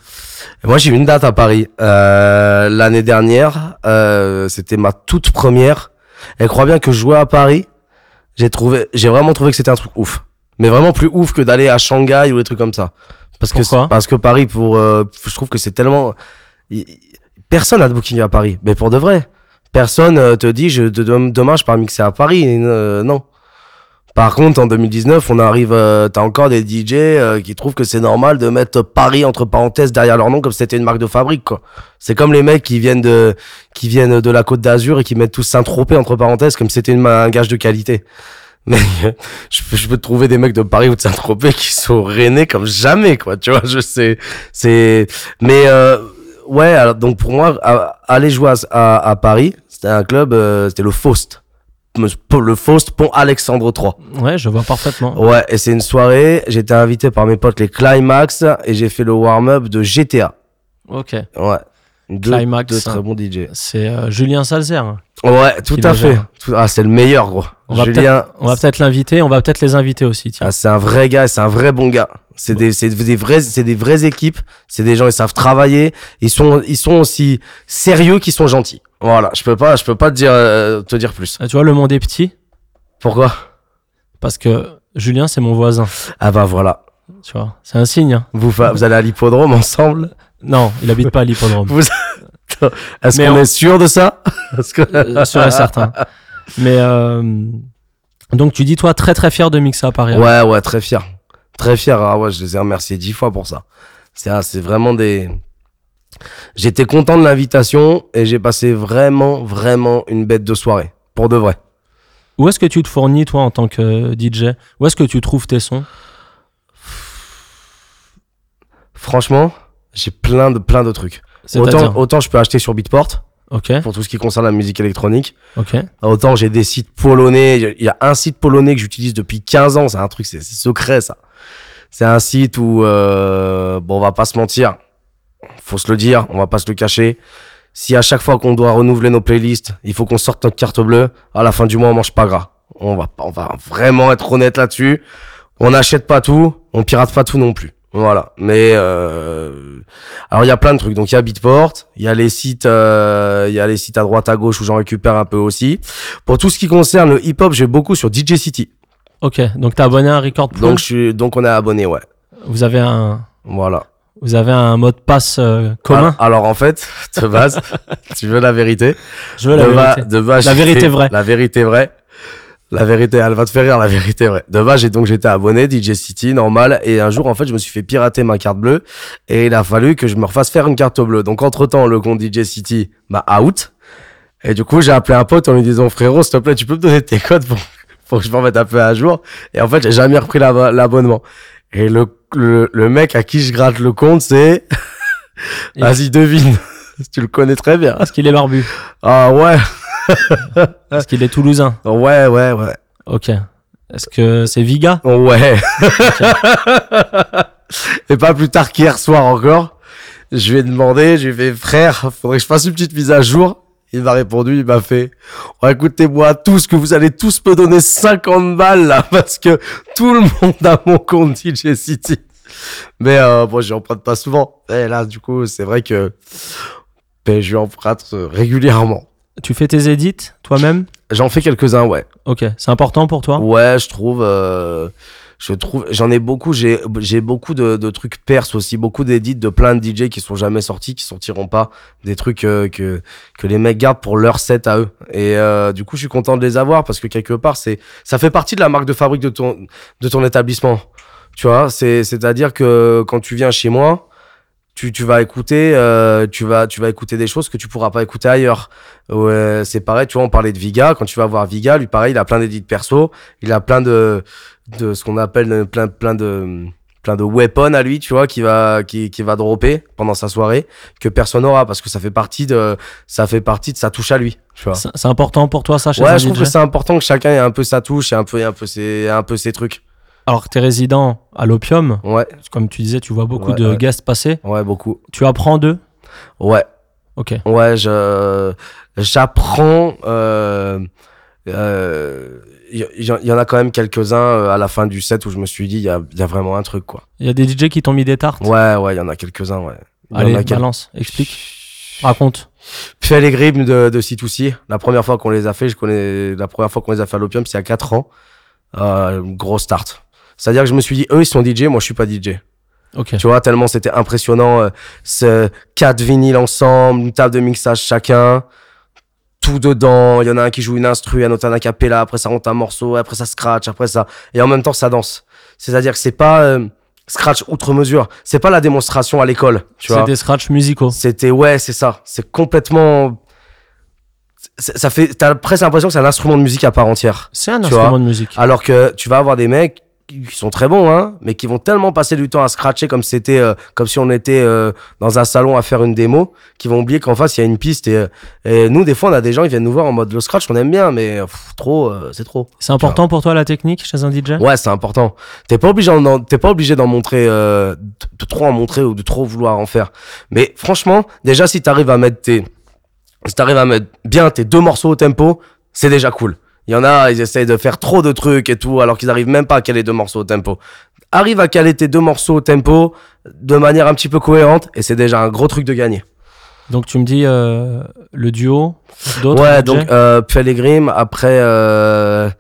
[SPEAKER 1] Et Moi, j'ai eu une date à Paris euh, l'année dernière. euh, C'était ma toute première. Et crois bien que jouer à Paris, j'ai trouvé, j'ai vraiment trouvé que c'était un truc ouf. Mais vraiment plus ouf que d'aller à Shanghai ou des trucs comme ça. Parce que
[SPEAKER 2] Pourquoi
[SPEAKER 1] parce que Paris, pour, euh, je trouve que c'est tellement il- il- personne n'a de booking à Paris. Mais pour de vrai, personne euh, te dit je de- de- demain je pars mixer à Paris. Euh, non. Par contre, en 2019, on arrive, euh, t'as encore des DJ euh, qui trouvent que c'est normal de mettre Paris entre parenthèses derrière leur nom comme si c'était une marque de fabrique, quoi. C'est comme les mecs qui viennent de, qui viennent de la Côte d'Azur et qui mettent tous Saint-Tropez entre parenthèses comme si c'était une, ma- un gage de qualité. Mais euh, je, peux- je peux trouver des mecs de Paris ou de Saint-Tropez qui sont rennais comme jamais, quoi. Tu vois, je sais, c'est, mais euh, ouais. Alors, donc pour moi, à- aller jouer à, à- à Paris, c'était un club, euh, c'était le Faust, le Faust Pont Alexandre III.
[SPEAKER 2] Ouais, je vois parfaitement.
[SPEAKER 1] Ouais, et c'est une soirée. J'étais invité par mes potes les Climax et j'ai fait le warm-up de GTA. Oh.
[SPEAKER 2] Ok.
[SPEAKER 1] Ouais. Deux,
[SPEAKER 2] Climax,
[SPEAKER 1] deux
[SPEAKER 2] hein.
[SPEAKER 1] très bons DJ.
[SPEAKER 2] C'est euh, Julien Salzer.
[SPEAKER 1] Ouais, tout
[SPEAKER 2] Qui
[SPEAKER 1] à
[SPEAKER 2] le
[SPEAKER 1] fait.
[SPEAKER 2] gère.
[SPEAKER 1] Tout- Ah, c'est le meilleur, gros.
[SPEAKER 2] On va
[SPEAKER 1] Julien,
[SPEAKER 2] On va peut-être l'inviter, on va peut-être les inviter aussi. Tiens.
[SPEAKER 1] ah, c'est un vrai gars, et c'est un vrai bon gars. C'est des, c'est des vrais, c'est des vraies équipes. C'est des gens, ils savent travailler. Ils sont, ils sont aussi sérieux qu'ils sont gentils. Voilà, je peux pas, je peux pas te dire, euh, te dire plus.
[SPEAKER 2] Ah, Tu vois, le monde est petit
[SPEAKER 1] Pourquoi
[SPEAKER 2] parce que Julien, c'est mon voisin.
[SPEAKER 1] Ah bah voilà.
[SPEAKER 2] Tu vois, c'est un signe. hein.
[SPEAKER 1] Vous, fa- vous allez à l'hippodrome ensemble.
[SPEAKER 2] Non, il habite pas à l'hippodrome.
[SPEAKER 1] Est-ce
[SPEAKER 2] Mais
[SPEAKER 1] qu'on
[SPEAKER 2] on-
[SPEAKER 1] est sûr de ça Parce que-
[SPEAKER 2] euh, Sûr et certain. Mais euh, donc, tu dis, toi, très très fier de mixer à Paris.
[SPEAKER 1] Ouais, ouais, très fier. Très fier. Ah ouais, je les ai remerciés dix fois pour ça. C'est ah, c'est vraiment des. J'étais content de l'invitation et j'ai passé vraiment, vraiment une bête de soirée. Pour de vrai.
[SPEAKER 2] Où est-ce que tu te fournis, toi, en tant que euh, DJ Où est-ce que tu trouves tes sons
[SPEAKER 1] Franchement, j'ai plein de, plein de trucs.
[SPEAKER 2] C'est-à-dire.
[SPEAKER 1] Autant, autant je peux acheter sur Beatport
[SPEAKER 2] Ok,
[SPEAKER 1] pour tout ce qui concerne la musique électronique.
[SPEAKER 2] ok.
[SPEAKER 1] Autant j'ai des sites polonais. Il y a- Il y a un site polonais que j'utilise depuis 15 ans. C'est un truc, c'est c'est secret ça. C'est un site où, euh, bon, on va pas se mentir. Faut se le dire, on va pas se le cacher. Si à chaque fois qu'on doit renouveler nos playlists, il faut qu'on sorte notre carte bleue, à la fin du mois, on mange pas gras. On va, pas- on va vraiment être honnête là-dessus. On n'achète pas tout, on pirate pas tout non plus. Voilà. Mais euh, alors il y a plein de trucs. Donc il y a Beatport, il y a les sites, euh, il y a les sites à droite à gauche où j'en récupère un peu aussi. Pour tout ce qui concerne le hip-hop, j'ai beaucoup sur DJ City.
[SPEAKER 2] Ok, donc t'es abonné à un Record Pro.
[SPEAKER 1] Donc je suis, donc on est abonné, ouais.
[SPEAKER 2] Vous avez un,
[SPEAKER 1] Voilà.
[SPEAKER 2] vous avez un mot de passe euh, commun.
[SPEAKER 1] Al- Alors en fait, de base, tu veux la vérité.
[SPEAKER 2] Je veux la
[SPEAKER 1] de, ba-
[SPEAKER 2] vérité.
[SPEAKER 1] de base,
[SPEAKER 2] La
[SPEAKER 1] j'ai
[SPEAKER 2] vérité
[SPEAKER 1] fait-
[SPEAKER 2] vraie.
[SPEAKER 1] La vérité vraie. La vérité, elle va te faire rire, la vérité, ouais. De base, j'ai donc j'étais abonné DJ City, normal. Et un jour, en fait, je me suis fait pirater ma carte bleue et il a fallu que je me refasse faire une carte bleue. Donc, entre temps, le compte DJ City m'a out. Et du coup, j'ai appelé un pote en lui disant, frérot, s'il te plaît, tu peux me donner tes codes pour, pour que je me remette un peu à jour. Et en fait, j'ai jamais repris l'ab- l'abonnement. Et le, le, le mec à qui je gratte le compte, c'est,
[SPEAKER 2] Il-
[SPEAKER 1] vas-y, devine. tu le connais très bien.
[SPEAKER 2] Est-ce qu'il est barbu
[SPEAKER 1] Ah ouais.
[SPEAKER 2] Est-ce qu'il est toulousain
[SPEAKER 1] Ouais, ouais, ouais.
[SPEAKER 2] Ok. Est-ce que c'est Viga
[SPEAKER 1] Ouais. Et pas plus tard qu'hier soir encore, je lui ai demandé, je lui ai fait frère, faudrait que je fasse une petite mise à jour. Il m'a répondu, il m'a fait, oh, écoutez-moi tous que vous allez tous me donner 50 balles là, parce que tout le monde a mon compte DJ City. Mais euh, bon, j'y emprunte pas souvent. Et là, du coup, c'est vrai que ben, je lui emprunte euh, régulièrement.
[SPEAKER 2] Tu fais tes édits toi-même
[SPEAKER 1] J'en fais quelques-uns, ouais.
[SPEAKER 2] Ok. C'est important pour toi
[SPEAKER 1] Ouais, je trouve. euh, je trouve. J'en ai beaucoup. J'ai j'ai beaucoup de, de trucs perses aussi, beaucoup d'édits de plein de DJ qui sont jamais sortis, qui sortiront pas. Des trucs euh, que que les mecs gardent pour leur set à eux. Et euh, du coup, je suis content de les avoir parce que quelque part, c'est ça fait partie de la marque de fabrique de ton de ton établissement. Tu vois, c'est c'est à dire que quand tu viens chez moi. Tu, tu vas écouter euh, tu vas tu vas écouter des choses que tu pourras pas écouter ailleurs Ouais, c'est pareil tu vois on parlait de Viga quand tu vas voir Viga lui pareil il a plein d'édits perso il a plein de de ce qu'on appelle euh, plein plein de plein de weapons à lui tu vois qui va qui, qui va dropper pendant sa soirée que personne n'aura parce que ça fait partie de ça fait partie de sa touche à lui tu vois
[SPEAKER 2] C'est c'est important pour toi ça chez un
[SPEAKER 1] ouais je trouve
[SPEAKER 2] DJ?
[SPEAKER 1] que c'est important que chacun ait un peu sa touche et un peu et un peu ses un peu ses trucs
[SPEAKER 2] Alors que t'es résident à l'Opium,
[SPEAKER 1] ouais
[SPEAKER 2] comme tu disais, tu vois beaucoup
[SPEAKER 1] Ouais,
[SPEAKER 2] de
[SPEAKER 1] ouais.
[SPEAKER 2] guests passer.
[SPEAKER 1] ouais beaucoup
[SPEAKER 2] Tu apprends d'eux
[SPEAKER 1] ouais
[SPEAKER 2] Ok.
[SPEAKER 1] Ouais, je j'apprends. euh, euh, Il y, il y en a quand même quelques-uns euh, à la fin du set où je me suis dit, il y a, il y a vraiment un truc, quoi.
[SPEAKER 2] Il y a des DJ qui t'ont mis des tartes.
[SPEAKER 1] Ouais, ouais, il y en a quelques-uns, ouais. Il y en
[SPEAKER 2] Allez,
[SPEAKER 1] a quel-
[SPEAKER 2] balance, explique, raconte.
[SPEAKER 1] Fait les grimes de, de C2C. La première fois qu'on les a fait, je connais, la première fois qu'on les a fait à l'Opium, c'est il y a 4 ans. Euh, grosse start. C'est-à-dire que je me suis dit, eux, ils sont DJ, moi, je suis pas DJ.
[SPEAKER 2] Ok.
[SPEAKER 1] Tu vois, tellement c'était impressionnant. euh, ce quatre vinyles ensemble, une table de mixage chacun, tout dedans. Il y en a un qui joue une instru, un autre un a cappella, après ça rentre un morceau, après ça scratch, après ça. Et en même temps, ça danse. C'est-à-dire que c'est pas euh, scratch outre mesure. C'est pas la démonstration à l'école. Tu
[SPEAKER 2] C'est
[SPEAKER 1] vois.
[SPEAKER 2] des scratchs musicaux.
[SPEAKER 1] C'était ouais, c'est ça. C'est complètement. c'est- Ça fait, t'as presque l'impression que c'est un instrument de musique à part entière.
[SPEAKER 2] C'est un
[SPEAKER 1] Tu
[SPEAKER 2] instrument
[SPEAKER 1] vois.
[SPEAKER 2] de musique.
[SPEAKER 1] Alors que tu vas avoir des mecs qui sont très bons, hein, mais qui vont tellement passer du temps à scratcher comme c'était, euh, comme si on était euh, dans un salon à faire une démo, qu'ils vont oublier qu'en face il y a une piste. Et, euh, et nous, des fois, on a des gens ils viennent nous voir en mode le scratch, on aime bien, mais euh, pff, trop, euh, c'est trop.
[SPEAKER 2] C'est important pour toi la technique chez un DJ
[SPEAKER 1] Ouais, c'est important. T'es pas obligé, en- t'es pas obligé d'en montrer, euh, de, de trop en montrer ou de trop vouloir en faire. Mais franchement, déjà si t'arrives à mettre tes, si t'arrives à mettre bien tes deux morceaux au tempo, c'est déjà cool. Il y en a, ils essayent de faire trop de trucs et tout, alors qu'ils arrivent même pas à caler deux morceaux au tempo. Arrive à caler tes deux morceaux au tempo de manière un petit peu cohérente et c'est déjà un gros truc de gagner.
[SPEAKER 2] Donc tu me dis euh, le duo, d'autres
[SPEAKER 1] Ouais,
[SPEAKER 2] DJ?
[SPEAKER 1] donc euh, Pellegrim, après... Euh...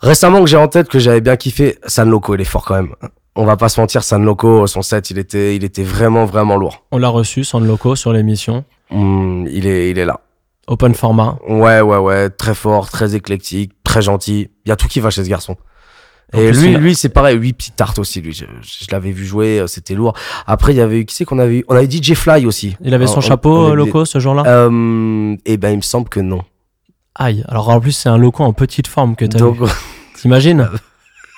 [SPEAKER 1] Récemment que j'ai en tête, que j'avais bien kiffé, San Loco, il est fort quand même. On va pas se mentir, San Loco, son set, il était, il était vraiment, vraiment lourd.
[SPEAKER 2] on l'a reçu sans loco sur l'émission, Mm.
[SPEAKER 1] Hmm, il, est, il est là.
[SPEAKER 2] open format.
[SPEAKER 1] Ouais, ouais, ouais, très fort, très éclectique, très gentil. Il y a tout qui va chez ce garçon.
[SPEAKER 2] En
[SPEAKER 1] Et
[SPEAKER 2] plus,
[SPEAKER 1] lui,
[SPEAKER 2] il a-
[SPEAKER 1] lui c'est pareil, huit petites tartes aussi, lui. Je, je- je l'avais vu jouer, euh, c'était lourd. Après, il y avait eu, qui c'est qu'on avait eu On avait DJ Fly aussi.
[SPEAKER 2] Il avait
[SPEAKER 1] Ah, On-
[SPEAKER 2] son
[SPEAKER 1] on- on
[SPEAKER 2] chapeau
[SPEAKER 1] avait
[SPEAKER 2] euh,
[SPEAKER 1] des-
[SPEAKER 2] loco ce jour-là.
[SPEAKER 1] Euh, eh ben, il me semble que non.
[SPEAKER 2] Aïe. Alors en plus c'est un loco en petite forme que t'as
[SPEAKER 1] Donc,
[SPEAKER 2] eu. T'imagines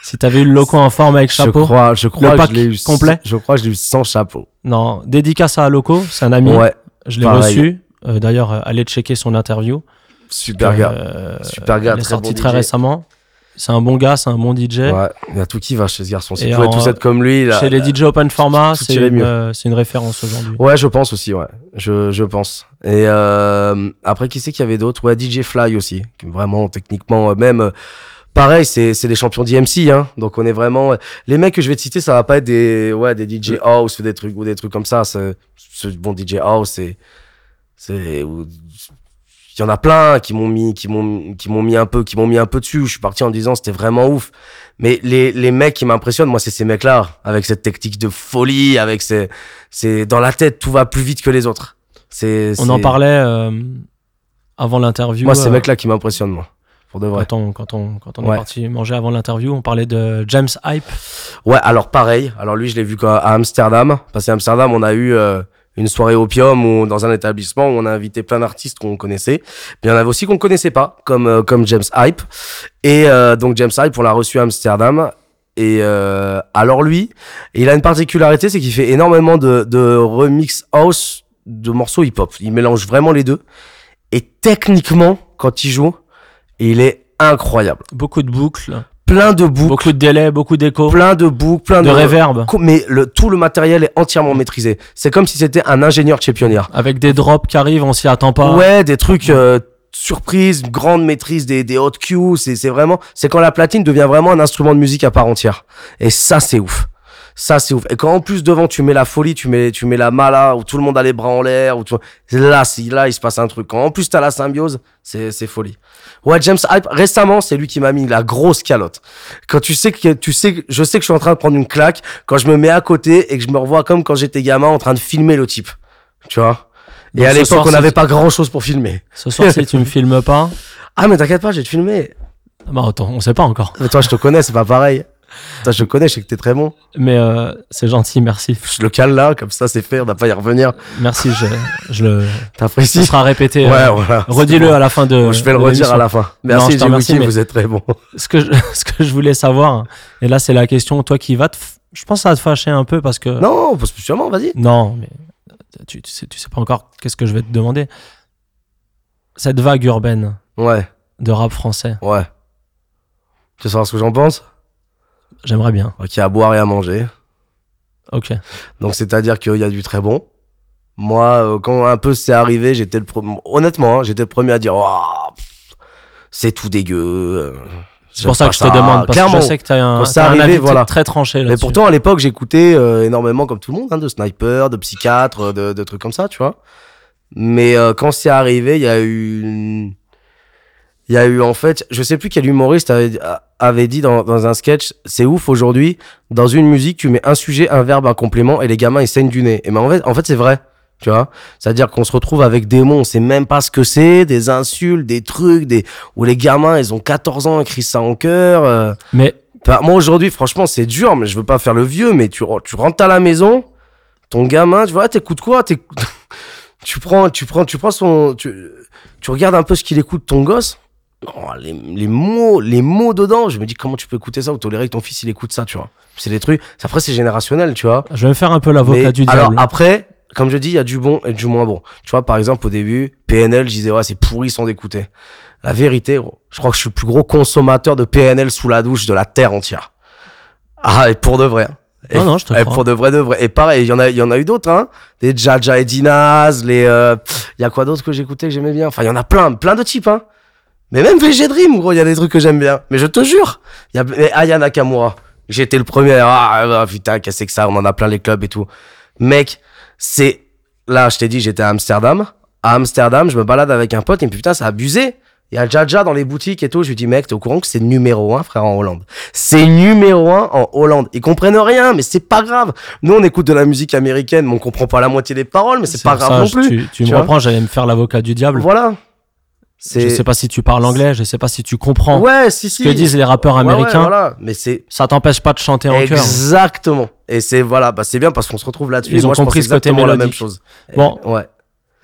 [SPEAKER 2] Si t'avais eu le loco en forme avec
[SPEAKER 1] Je
[SPEAKER 2] chapeau.
[SPEAKER 1] crois, je crois
[SPEAKER 2] pack
[SPEAKER 1] que je l'ai eu
[SPEAKER 2] complet
[SPEAKER 1] Je crois que je l'ai eu sans chapeau.
[SPEAKER 2] Non, dédicace à loco, c'est un ami.
[SPEAKER 1] Ouais,
[SPEAKER 2] je l'ai
[SPEAKER 1] pareil.
[SPEAKER 2] reçu. Euh, D'ailleurs, euh, allez checker son interview.
[SPEAKER 1] super gars.
[SPEAKER 2] Euh,
[SPEAKER 1] Super gars,
[SPEAKER 2] il est
[SPEAKER 1] très
[SPEAKER 2] sorti
[SPEAKER 1] bon
[SPEAKER 2] très
[SPEAKER 1] DJ.
[SPEAKER 2] récemment. C'est un bon gars, c'est un bon DJ.
[SPEAKER 1] Ouais, il y a tout qui va chez ce garçon. Si
[SPEAKER 2] Et
[SPEAKER 1] tu pouvais
[SPEAKER 2] en-
[SPEAKER 1] tous être comme lui, là.
[SPEAKER 2] Chez les DJ Open Format,
[SPEAKER 1] tout
[SPEAKER 2] c'est
[SPEAKER 1] irait
[SPEAKER 2] une,
[SPEAKER 1] mieux.
[SPEAKER 2] euh, c'est une référence aujourd'hui.
[SPEAKER 1] Ouais, je pense aussi, ouais. Je, je pense. Et euh, après, qui c'est qu'il y avait d'autres Ouais, DJ Fly aussi. qui Vraiment, techniquement, euh, même. euh, Pareil, c'est c'est des champions d'IMC, hein. Donc on est vraiment les mecs que je vais te citer, ça va pas être des ouais des DJ house ou des trucs ou des trucs comme ça. Ce ce- bon DJ house, c'est c'est ou- il y en a plein qui m'ont mis qui m'ont qui m'ont mis un peu qui m'ont mis un peu dessus. où Je suis parti en disant c'était vraiment ouf. Mais les les mecs qui m'impressionnent, moi c'est ces mecs là avec cette technique de folie, avec ces c'est dans la tête tout va plus vite que les autres. C'est
[SPEAKER 2] On en
[SPEAKER 1] c'est-
[SPEAKER 2] parlait euh, avant l'interview.
[SPEAKER 1] Moi ces
[SPEAKER 2] euh,
[SPEAKER 1] mecs là qui m'impressionnent moi. pour de vrai.
[SPEAKER 2] Quand on, quand on, quand on est
[SPEAKER 1] Ouais.
[SPEAKER 2] parti manger avant l'interview, on parlait de James Hype.
[SPEAKER 1] Ouais, alors pareil. Alors lui, je l'ai vu qu'à- à Amsterdam. Parce qu'à Amsterdam, on a eu euh, une soirée opium où, dans un établissement où on a invité plein d'artistes qu'on connaissait. Mais il y en avait aussi qu'on connaissait pas, comme, euh, comme James Hype. Et euh, donc James Hype, on l'a reçu à Amsterdam. Et euh, alors lui, il a une particularité, c'est qu'il fait énormément de, de remix house de morceaux hip-hop. Il mélange vraiment les deux. Et techniquement, quand il joue, il est incroyable.
[SPEAKER 2] Beaucoup de boucles,
[SPEAKER 1] Plein de boucles,
[SPEAKER 2] beaucoup de délais, beaucoup d'échos,
[SPEAKER 1] plein de boucles, plein
[SPEAKER 2] de
[SPEAKER 1] de,
[SPEAKER 2] reverb,
[SPEAKER 1] Co- mais le, tout le matériel est entièrement maîtrisé. C'est comme si c'était un ingénieur de chez Pioneer.
[SPEAKER 2] avec des drops qui arrivent, on s'y attend pas.
[SPEAKER 1] Ouais, des trucs euh, surprises, une grande maîtrise des, des hot cues. C'est, c'est vraiment, c'est quand la platine devient vraiment un instrument de musique à part entière. Et ça, c'est ouf. Ça, c'est ouf. Et quand en plus devant, tu mets la folie, tu mets, tu mets la mala, où tout le monde a les bras en l'air, où tout... là, c'est- là, il se passe un truc. Quand en plus t'as la symbiose, c'est, c'est folie. Ouais, James Hype, récemment, c'est lui qui m'a mis la grosse calotte. Quand tu sais que, tu sais, que- je sais que je suis en train de prendre une claque, quand je me mets à côté et que je me revois comme quand j'étais gamin en train de filmer le type. Tu vois?
[SPEAKER 2] Donc,
[SPEAKER 1] et à
[SPEAKER 2] ce soir,
[SPEAKER 1] l'époque, on
[SPEAKER 2] c'est-
[SPEAKER 1] n'avait pas grand chose pour filmer.
[SPEAKER 2] Ce soir, si tu me filmes pas,
[SPEAKER 1] Ah, mais t'inquiète pas, je vais te filmer.
[SPEAKER 2] bah attends, on sait pas encore.
[SPEAKER 1] Mais toi, je te connais, c'est pas pareil. Toi, je te connais, je sais que t'es très bon.
[SPEAKER 2] Mais euh, c'est gentil, merci.
[SPEAKER 1] Je le cale là, comme ça, c'est fait, on n'a pas à y revenir.
[SPEAKER 2] Merci, je, je le. Ce
[SPEAKER 1] T'apprécies
[SPEAKER 2] sera répété.
[SPEAKER 1] Ouais,
[SPEAKER 2] euh,
[SPEAKER 1] voilà.
[SPEAKER 2] Redis-le à la fin de.
[SPEAKER 1] Je vais le
[SPEAKER 2] de
[SPEAKER 1] redire à
[SPEAKER 2] euh, l'émission.
[SPEAKER 1] la fin.
[SPEAKER 2] je
[SPEAKER 1] Merci,
[SPEAKER 2] te
[SPEAKER 1] Jim
[SPEAKER 2] remercie,
[SPEAKER 1] Wiki,
[SPEAKER 2] mais-
[SPEAKER 1] vous êtes très bon.
[SPEAKER 2] ce que je, ce que je voulais savoir, et là c'est la question, toi qui va te, f- je pense que ça va te fâcher un peu parce que
[SPEAKER 1] Non, parce que sûrement, vas-y.
[SPEAKER 2] Non, mais tu, tu sais, tu sais pas encore qu'est-ce que je vais te demander. Cette vague urbaine
[SPEAKER 1] Ouais,
[SPEAKER 2] de rap français,
[SPEAKER 1] ouais. Tu veux savoir ce que j'en pense
[SPEAKER 2] j'aimerais bien.
[SPEAKER 1] Ok, à boire et à manger.
[SPEAKER 2] Ok.
[SPEAKER 1] Donc, c'est-à-dire qu'il y a du très bon. Moi, euh, quand un peu c'est arrivé, j'étais le premier. Honnêtement, hein, j'étais le premier à dire Ouah, pff, c'est tout dégueu. euh,
[SPEAKER 2] C'est
[SPEAKER 1] j'aime
[SPEAKER 2] pour ça
[SPEAKER 1] pas
[SPEAKER 2] que je te demande parce
[SPEAKER 1] Clairement.
[SPEAKER 2] que je sais que t'as un,
[SPEAKER 1] Quand c'est
[SPEAKER 2] t'as un
[SPEAKER 1] arrivé,
[SPEAKER 2] avis très-
[SPEAKER 1] voilà.
[SPEAKER 2] très tranché
[SPEAKER 1] Mais
[SPEAKER 2] là-dessus.
[SPEAKER 1] pourtant, à l'époque, j'écoutais euh, énormément, comme tout le monde, hein, de snipers, de psychiatres, euh, de, de trucs comme ça, tu vois. Mais euh, quand c'est arrivé, il y a eu une- Il y a eu, en fait, je sais plus quel humoriste avait, a- avait dit dans, dans un sketch, c'est ouf aujourd'hui, dans une musique, tu mets un sujet, un verbe, un complément, et les gamins, ils saignent du nez. Et ben, en fait, en fait c'est vrai. Tu vois, c'est-à-dire qu'on se retrouve avec des mots, on sait même pas ce que c'est, des insultes, des trucs, des où les gamins ils ont 14 ans, écrit ça en cœur. euh,
[SPEAKER 2] Mais
[SPEAKER 1] Enfin, moi aujourd'hui, franchement, c'est dur, mais je veux pas faire le vieux, mais tu, re- tu rentres à la maison, ton gamin, tu vois, ah, t'écoutes quoi T'écoutes- Tu prends, tu prends, tu prends son, tu, tu regardes un peu ce qu'il écoute ton gosse. Oh, les, les mots, les mots dedans. Je me dis comment tu peux écouter ça ou tolérer que ton fils il écoute ça, tu vois. C'est des trucs. Après, c'est générationnel, tu vois.
[SPEAKER 2] je vais me faire un peu l'avocat
[SPEAKER 1] Mais
[SPEAKER 2] du
[SPEAKER 1] alors
[SPEAKER 2] diable.
[SPEAKER 1] après, comme je dis, il y a du bon et du moins bon. Tu vois, par exemple, au début, PNL, je disais, ouais, c'est pourri sans d'écouter. La vérité, gros, je crois que je suis le plus gros consommateur de PNL sous la douche de la terre entière. Ah, et pour de vrai. hein. Et,
[SPEAKER 2] non, non, je te
[SPEAKER 1] et
[SPEAKER 2] crois.
[SPEAKER 1] pour de vrai, de vrai. Et pareil, il y en a, il y en a eu d'autres, hein. Des Jaja et Dinaz, les, euh, pff, il y a quoi d'autre que j'écoutais que j'aimais bien? Enfin, il y en a plein, plein de types, hein. Mais même VG Dream, gros, il y a des trucs que j'aime bien. Mais je te jure, il y a mais Aya Nakamura. J'étais le premier. Ah, ah, putain, qu'est-ce que c'est que ça On en a plein les clubs et tout. Mec, c'est là, je t'ai dit, j'étais à Amsterdam. À Amsterdam, je me balade avec un pote et puis putain, ça a abusé. Il y a Jaja dans les boutiques et tout. Je lui dis, mec, t'es au courant que c'est numéro un, frère, en Hollande. C'est numéro un en Hollande. Ils comprennent rien, mais c'est pas grave. Nous, on écoute de la musique américaine, mais on comprend pas la moitié des paroles, mais c'est pas
[SPEAKER 2] Ça,
[SPEAKER 1] grave non
[SPEAKER 2] je-
[SPEAKER 1] plus.
[SPEAKER 2] Tu, tu
[SPEAKER 1] tu
[SPEAKER 2] me
[SPEAKER 1] vois.
[SPEAKER 2] reprends, j'allais me faire l'avocat du diable.
[SPEAKER 1] Voilà.
[SPEAKER 2] Je sais pas si tu parles anglais, je sais pas si tu comprends
[SPEAKER 1] Ouais, si,
[SPEAKER 2] ce
[SPEAKER 1] si.
[SPEAKER 2] que disent les rappeurs
[SPEAKER 1] Ouais, ouais,
[SPEAKER 2] américains.
[SPEAKER 1] voilà. Mais c'est
[SPEAKER 2] Ça t'empêche pas de chanter en chœur.
[SPEAKER 1] Exactement. Et c'est voilà, bah c'est bien parce qu'on se retrouve là-dessus.
[SPEAKER 2] Ils
[SPEAKER 1] Et
[SPEAKER 2] ont
[SPEAKER 1] moi, je
[SPEAKER 2] compris
[SPEAKER 1] pense
[SPEAKER 2] ce côté
[SPEAKER 1] exactement la
[SPEAKER 2] mélodique.
[SPEAKER 1] même chose.
[SPEAKER 2] Bon.
[SPEAKER 1] Et- ouais.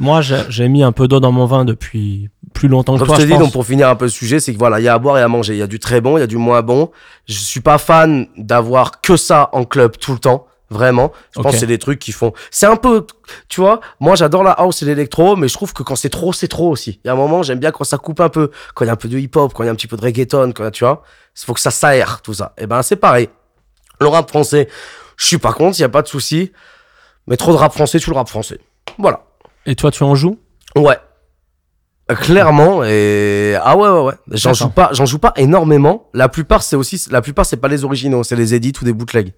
[SPEAKER 2] Moi, j'ai j'ai mis un peu d'eau dans mon vin depuis plus longtemps que
[SPEAKER 1] Comme
[SPEAKER 2] toi.
[SPEAKER 1] je te dis,
[SPEAKER 2] je pense.
[SPEAKER 1] donc pour finir un peu le sujet, c'est que voilà, il y a à boire et à manger. Il y a du très bon, il y a du moins bon. Je suis pas fan d'avoir que ça en club tout le temps. Vraiment. Je pense
[SPEAKER 2] Ok.
[SPEAKER 1] que c'est des trucs qui font. C'est un peu, tu vois, moi j'adore la house et l'électro, mais je trouve que quand c'est trop, c'est trop aussi. Il y a un moment, j'aime bien quand ça coupe un peu, quand il y a un peu de hip-hop, quand il y a un petit peu de reggaeton, quand il y a- tu vois. Il faut que ça s'aère, tout ça. Et ben c'est pareil. Le rap français, je suis pas contre, il y a pas de souci. Mais trop de rap français, tu le rap français. Voilà.
[SPEAKER 2] Et toi, tu en joues
[SPEAKER 1] Ouais. Euh, Clairement et ah ouais ouais ouais j'en
[SPEAKER 2] D'accord.
[SPEAKER 1] joue pas j'en joue pas énormément la plupart c'est aussi la plupart c'est pas les originaux c'est les edits ou des bootlegs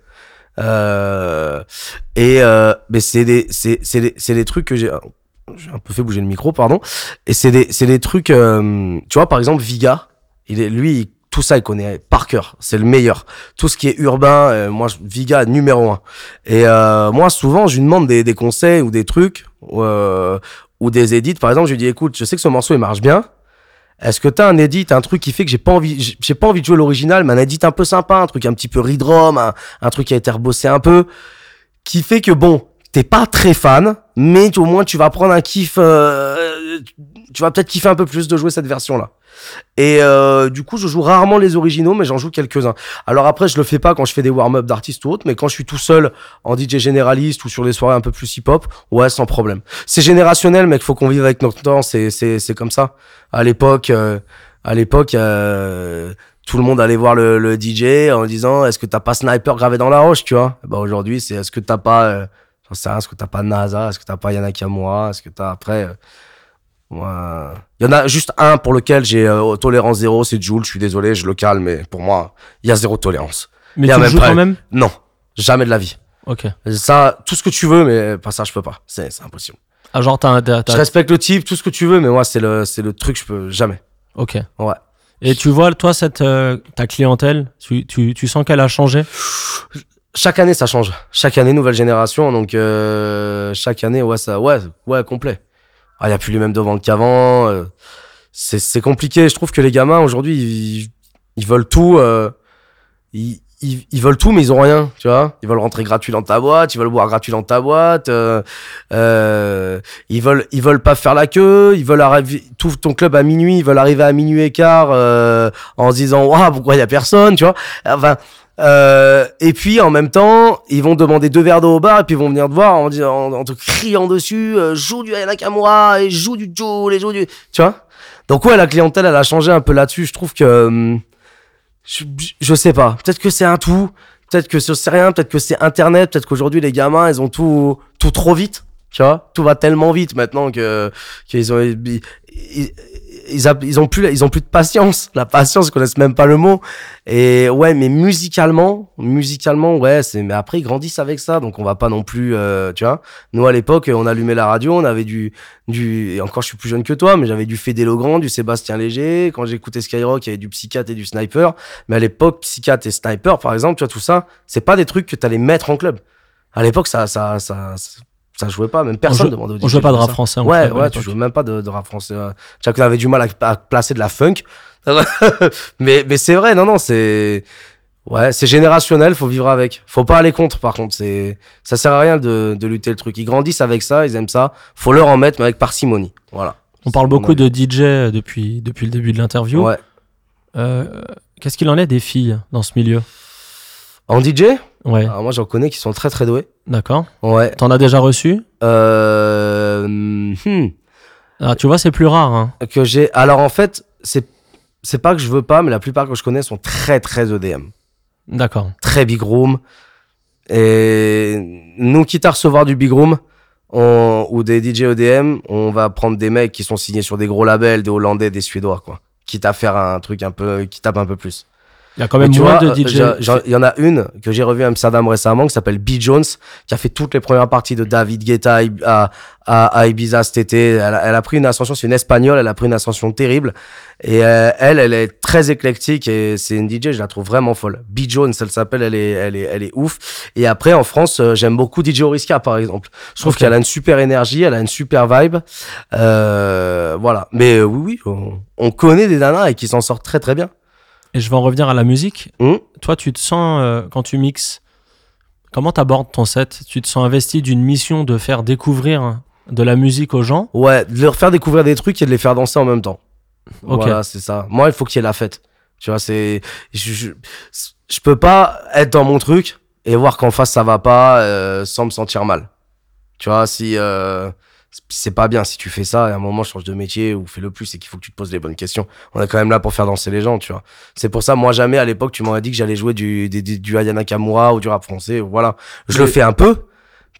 [SPEAKER 1] euh... et euh... mais c'est des c'est c'est des c'est des trucs que j'ai oh, j'ai un peu fait bouger le micro pardon et c'est des c'est des trucs euh, tu vois par exemple Viga il est lui il- tout ça il connaît par cœur c'est le meilleur tout ce qui est urbain euh, moi je- Viga numéro un et euh, moi souvent je lui demande des des conseils ou des trucs euh, ou des edits. Par exemple, je lui dis, écoute, je sais que ce morceau, il marche bien. Est-ce que t'as un edit, un truc qui fait que j'ai pas envie, j'ai- j'ai pas envie de jouer l'original, mais un edit un peu sympa, un truc un petit peu ridrom, un, un truc qui a été rebossé un peu, qui fait que bon, t'es pas très fan, mais au moins tu vas prendre un kiff, euh, tu vas peut-être kiffer un peu plus de jouer cette version-là. Et euh, du coup, je joue rarement les originaux, mais j'en joue quelques-uns. Alors après, je le fais pas quand je fais des warm-up d'artistes ou autres, mais quand je suis tout seul en DJ généraliste ou sur des soirées un peu plus hip-hop, ouais, sans problème. C'est générationnel, mec, faut qu'on vive avec notre temps, c'est c'est c'est comme ça. À l'époque, euh, à l'époque, euh, tout le monde allait voir le, le DJ en disant est-ce que t'as pas Sniper gravé dans la roche, tu vois Bah aujourd'hui, c'est est-ce que t'as pas, euh, j'en sais rien, est-ce que t'as pas NASA, est-ce que t'as pas Yanakamura, est-ce que t'as après. euh, ouais. Il y en a juste un pour lequel j'ai euh, tolérance zéro, c'est Jules. Je suis désolé, je le calme, mais pour moi, il y a zéro tolérance.
[SPEAKER 2] Mais
[SPEAKER 1] Bien,
[SPEAKER 2] tu le
[SPEAKER 1] même
[SPEAKER 2] joues
[SPEAKER 1] pas.
[SPEAKER 2] quand même
[SPEAKER 1] Non, jamais de la vie.
[SPEAKER 2] Ok.
[SPEAKER 1] Ça, tout ce que tu veux, mais pas ça, je peux pas. C'est c'est impossible.
[SPEAKER 2] Ah, genre, t'as. t'as-
[SPEAKER 1] Je
[SPEAKER 2] t'as-
[SPEAKER 1] respecte le type, tout ce que tu veux, mais moi, c'est le, c'est le truc, je peux jamais.
[SPEAKER 2] Ok.
[SPEAKER 1] Ouais.
[SPEAKER 2] Et tu vois, toi, cette, euh, ta clientèle, tu, tu, tu sens qu'elle a changé
[SPEAKER 1] Chaque année, ça change. Chaque année, nouvelle génération. Donc, euh, chaque année, ouais, ça, ouais, ouais, complet. Ah, y a plus les mêmes de ventes qu'avant. euh, c'est, c'est compliqué. Je trouve que les gamins, aujourd'hui, ils, ils veulent tout, euh, ils, ils, ils veulent tout, mais ils ont rien, tu vois. Ils veulent rentrer gratuit dans ta boîte, ils veulent boire gratuit dans ta boîte, euh, euh, ils veulent, ils veulent pas faire la queue, ils veulent arriver, tout ton club à minuit, ils veulent arriver à minuit et quart, euh, en se disant, waouh, pourquoi y a personne, tu vois. Enfin, euh, et puis en même temps, ils vont demander deux verres d'eau au bar et puis ils vont venir te voir en, dis- en, en te criant dessus, euh, joue du Ayanakamura et joue du Joe, et joue du, tu vois. Donc ouais, la clientèle, elle a changé un peu là-dessus. Je trouve que hum, je, je sais pas. Peut-être que c'est un tout, peut-être que c'est c'est rien, peut-être que c'est Internet, peut-être qu'aujourd'hui les gamins, ils ont tout tout trop vite, tu vois. Tout va tellement vite maintenant que qu'ils ont ils, ils- ils a- ils ont plus la- ils ont plus de patience. La patience, ils connaissent même pas le mot. Et ouais, mais musicalement, musicalement, ouais, c'est. Mais après, ils grandissent avec ça, donc on va pas non plus, euh, tu vois. Nous à l'époque, on allumait la radio, on avait du, du. Et encore, je suis plus jeune que toi, mais j'avais du Fédé Legrand, du Sébastien Léger. Quand j'écoutais Skyrock, il y avait du Psycat et du Sniper. Mais à l'époque, Psycat et Sniper, par exemple, tu vois, tout ça, c'est pas des trucs que t'allais mettre en club. À l'époque, ça, ça, ça, ça, ça jouait pas. Même personne
[SPEAKER 2] joue-
[SPEAKER 1] demandait. au
[SPEAKER 2] On
[SPEAKER 1] DJ
[SPEAKER 2] joue pas de
[SPEAKER 1] comme
[SPEAKER 2] rap
[SPEAKER 1] ça.
[SPEAKER 2] français. en
[SPEAKER 1] Ouais,
[SPEAKER 2] club, à
[SPEAKER 1] ouais, tu
[SPEAKER 2] l'époque.
[SPEAKER 1] joues même pas de, de rap français. ouais. Tu vois qu'on avait du mal à, à placer de la funk. mais mais c'est vrai, non, non, c'est. Ouais, c'est générationnel, faut vivre avec. Faut pas aller contre, par contre. c'est Ça sert à rien de, de lutter le truc. Ils grandissent avec ça, ils aiment ça. Faut leur en mettre, mais avec parcimonie. Voilà.
[SPEAKER 2] On parle
[SPEAKER 1] C'est mon
[SPEAKER 2] beaucoup
[SPEAKER 1] avis.
[SPEAKER 2] de DJ depuis, depuis le début de l'interview.
[SPEAKER 1] Ouais.
[SPEAKER 2] Euh, Qu'est-ce qu'il en est des filles dans ce milieu
[SPEAKER 1] En DJ,
[SPEAKER 2] Ouais,
[SPEAKER 1] alors moi j'en connais qui sont très très doués.
[SPEAKER 2] d'accord.
[SPEAKER 1] Ouais.
[SPEAKER 2] T'en as déjà reçu
[SPEAKER 1] Euh. hmm.
[SPEAKER 2] Ah, Tu vois, c'est plus rare. hein.
[SPEAKER 1] que j'ai. Alors en fait, c'est c'est pas que je veux pas, mais la plupart que je connais sont très très E EDM.
[SPEAKER 2] D'accord.
[SPEAKER 1] très big room. Et nous, quitte à recevoir du big room on- ou des DJ EDM, on va prendre des mecs qui sont signés sur des gros labels, des Hollandais, des Suédois, quoi. Quitte à faire un truc un peu, qui tape un peu plus.
[SPEAKER 2] Il y a quand
[SPEAKER 1] Mais
[SPEAKER 2] même
[SPEAKER 1] tu
[SPEAKER 2] moins
[SPEAKER 1] vois,
[SPEAKER 2] de
[SPEAKER 1] euh,
[SPEAKER 2] DJ.
[SPEAKER 1] j'ai- j'ai- Il y en a une que j'ai revue à Amsterdam récemment qui s'appelle B. Jones, qui a fait toutes les premières parties de David Guetta à, Ib- à, à- à Ibiza cet été. Elle a, elle a pris une ascension, c'est une espagnole, elle a pris une ascension terrible. Et euh, elle, elle est très éclectique et c'est une DJ, je la trouve vraiment folle. B. Jones, elle s'appelle, elle est, elle, est, elle est ouf. Et après, en France, euh, j'aime beaucoup DJ Oriska par exemple. Je trouve
[SPEAKER 2] Ok.
[SPEAKER 1] qu'elle a une super énergie, elle a une super vibe. Euh, voilà. Mais euh, oui, oui, on, on connaît des nanas et qui s'en sortent très très bien.
[SPEAKER 2] Et je vais en revenir à la musique.
[SPEAKER 1] Hmm.
[SPEAKER 2] Toi, tu te sens, euh, quand tu mixes, comment t'abordes ton set Tu te sens investi d'une mission de faire découvrir hein, de la musique aux gens
[SPEAKER 1] Ouais, de leur faire découvrir des trucs et de les faire danser en même temps.
[SPEAKER 2] Ok.
[SPEAKER 1] Voilà, c'est ça. Moi, il faut qu'il y ait la fête. Tu vois, c'est. Je, je, je peux pas être dans mon truc et voir qu'en face ça va pas euh, sans me sentir mal. Tu vois, si. euh, c'est pas bien si tu fais ça et à un moment change de métier ou fais le plus, c'est qu'il faut que tu te poses les bonnes questions. On est quand même là pour faire danser les gens, tu vois. C'est pour ça, moi, jamais à l'époque, tu m'aurais dit que j'allais jouer du, du, du, du Ayana Kamura ou du rap français. Voilà. Je le
[SPEAKER 2] Mais-
[SPEAKER 1] fais un peu,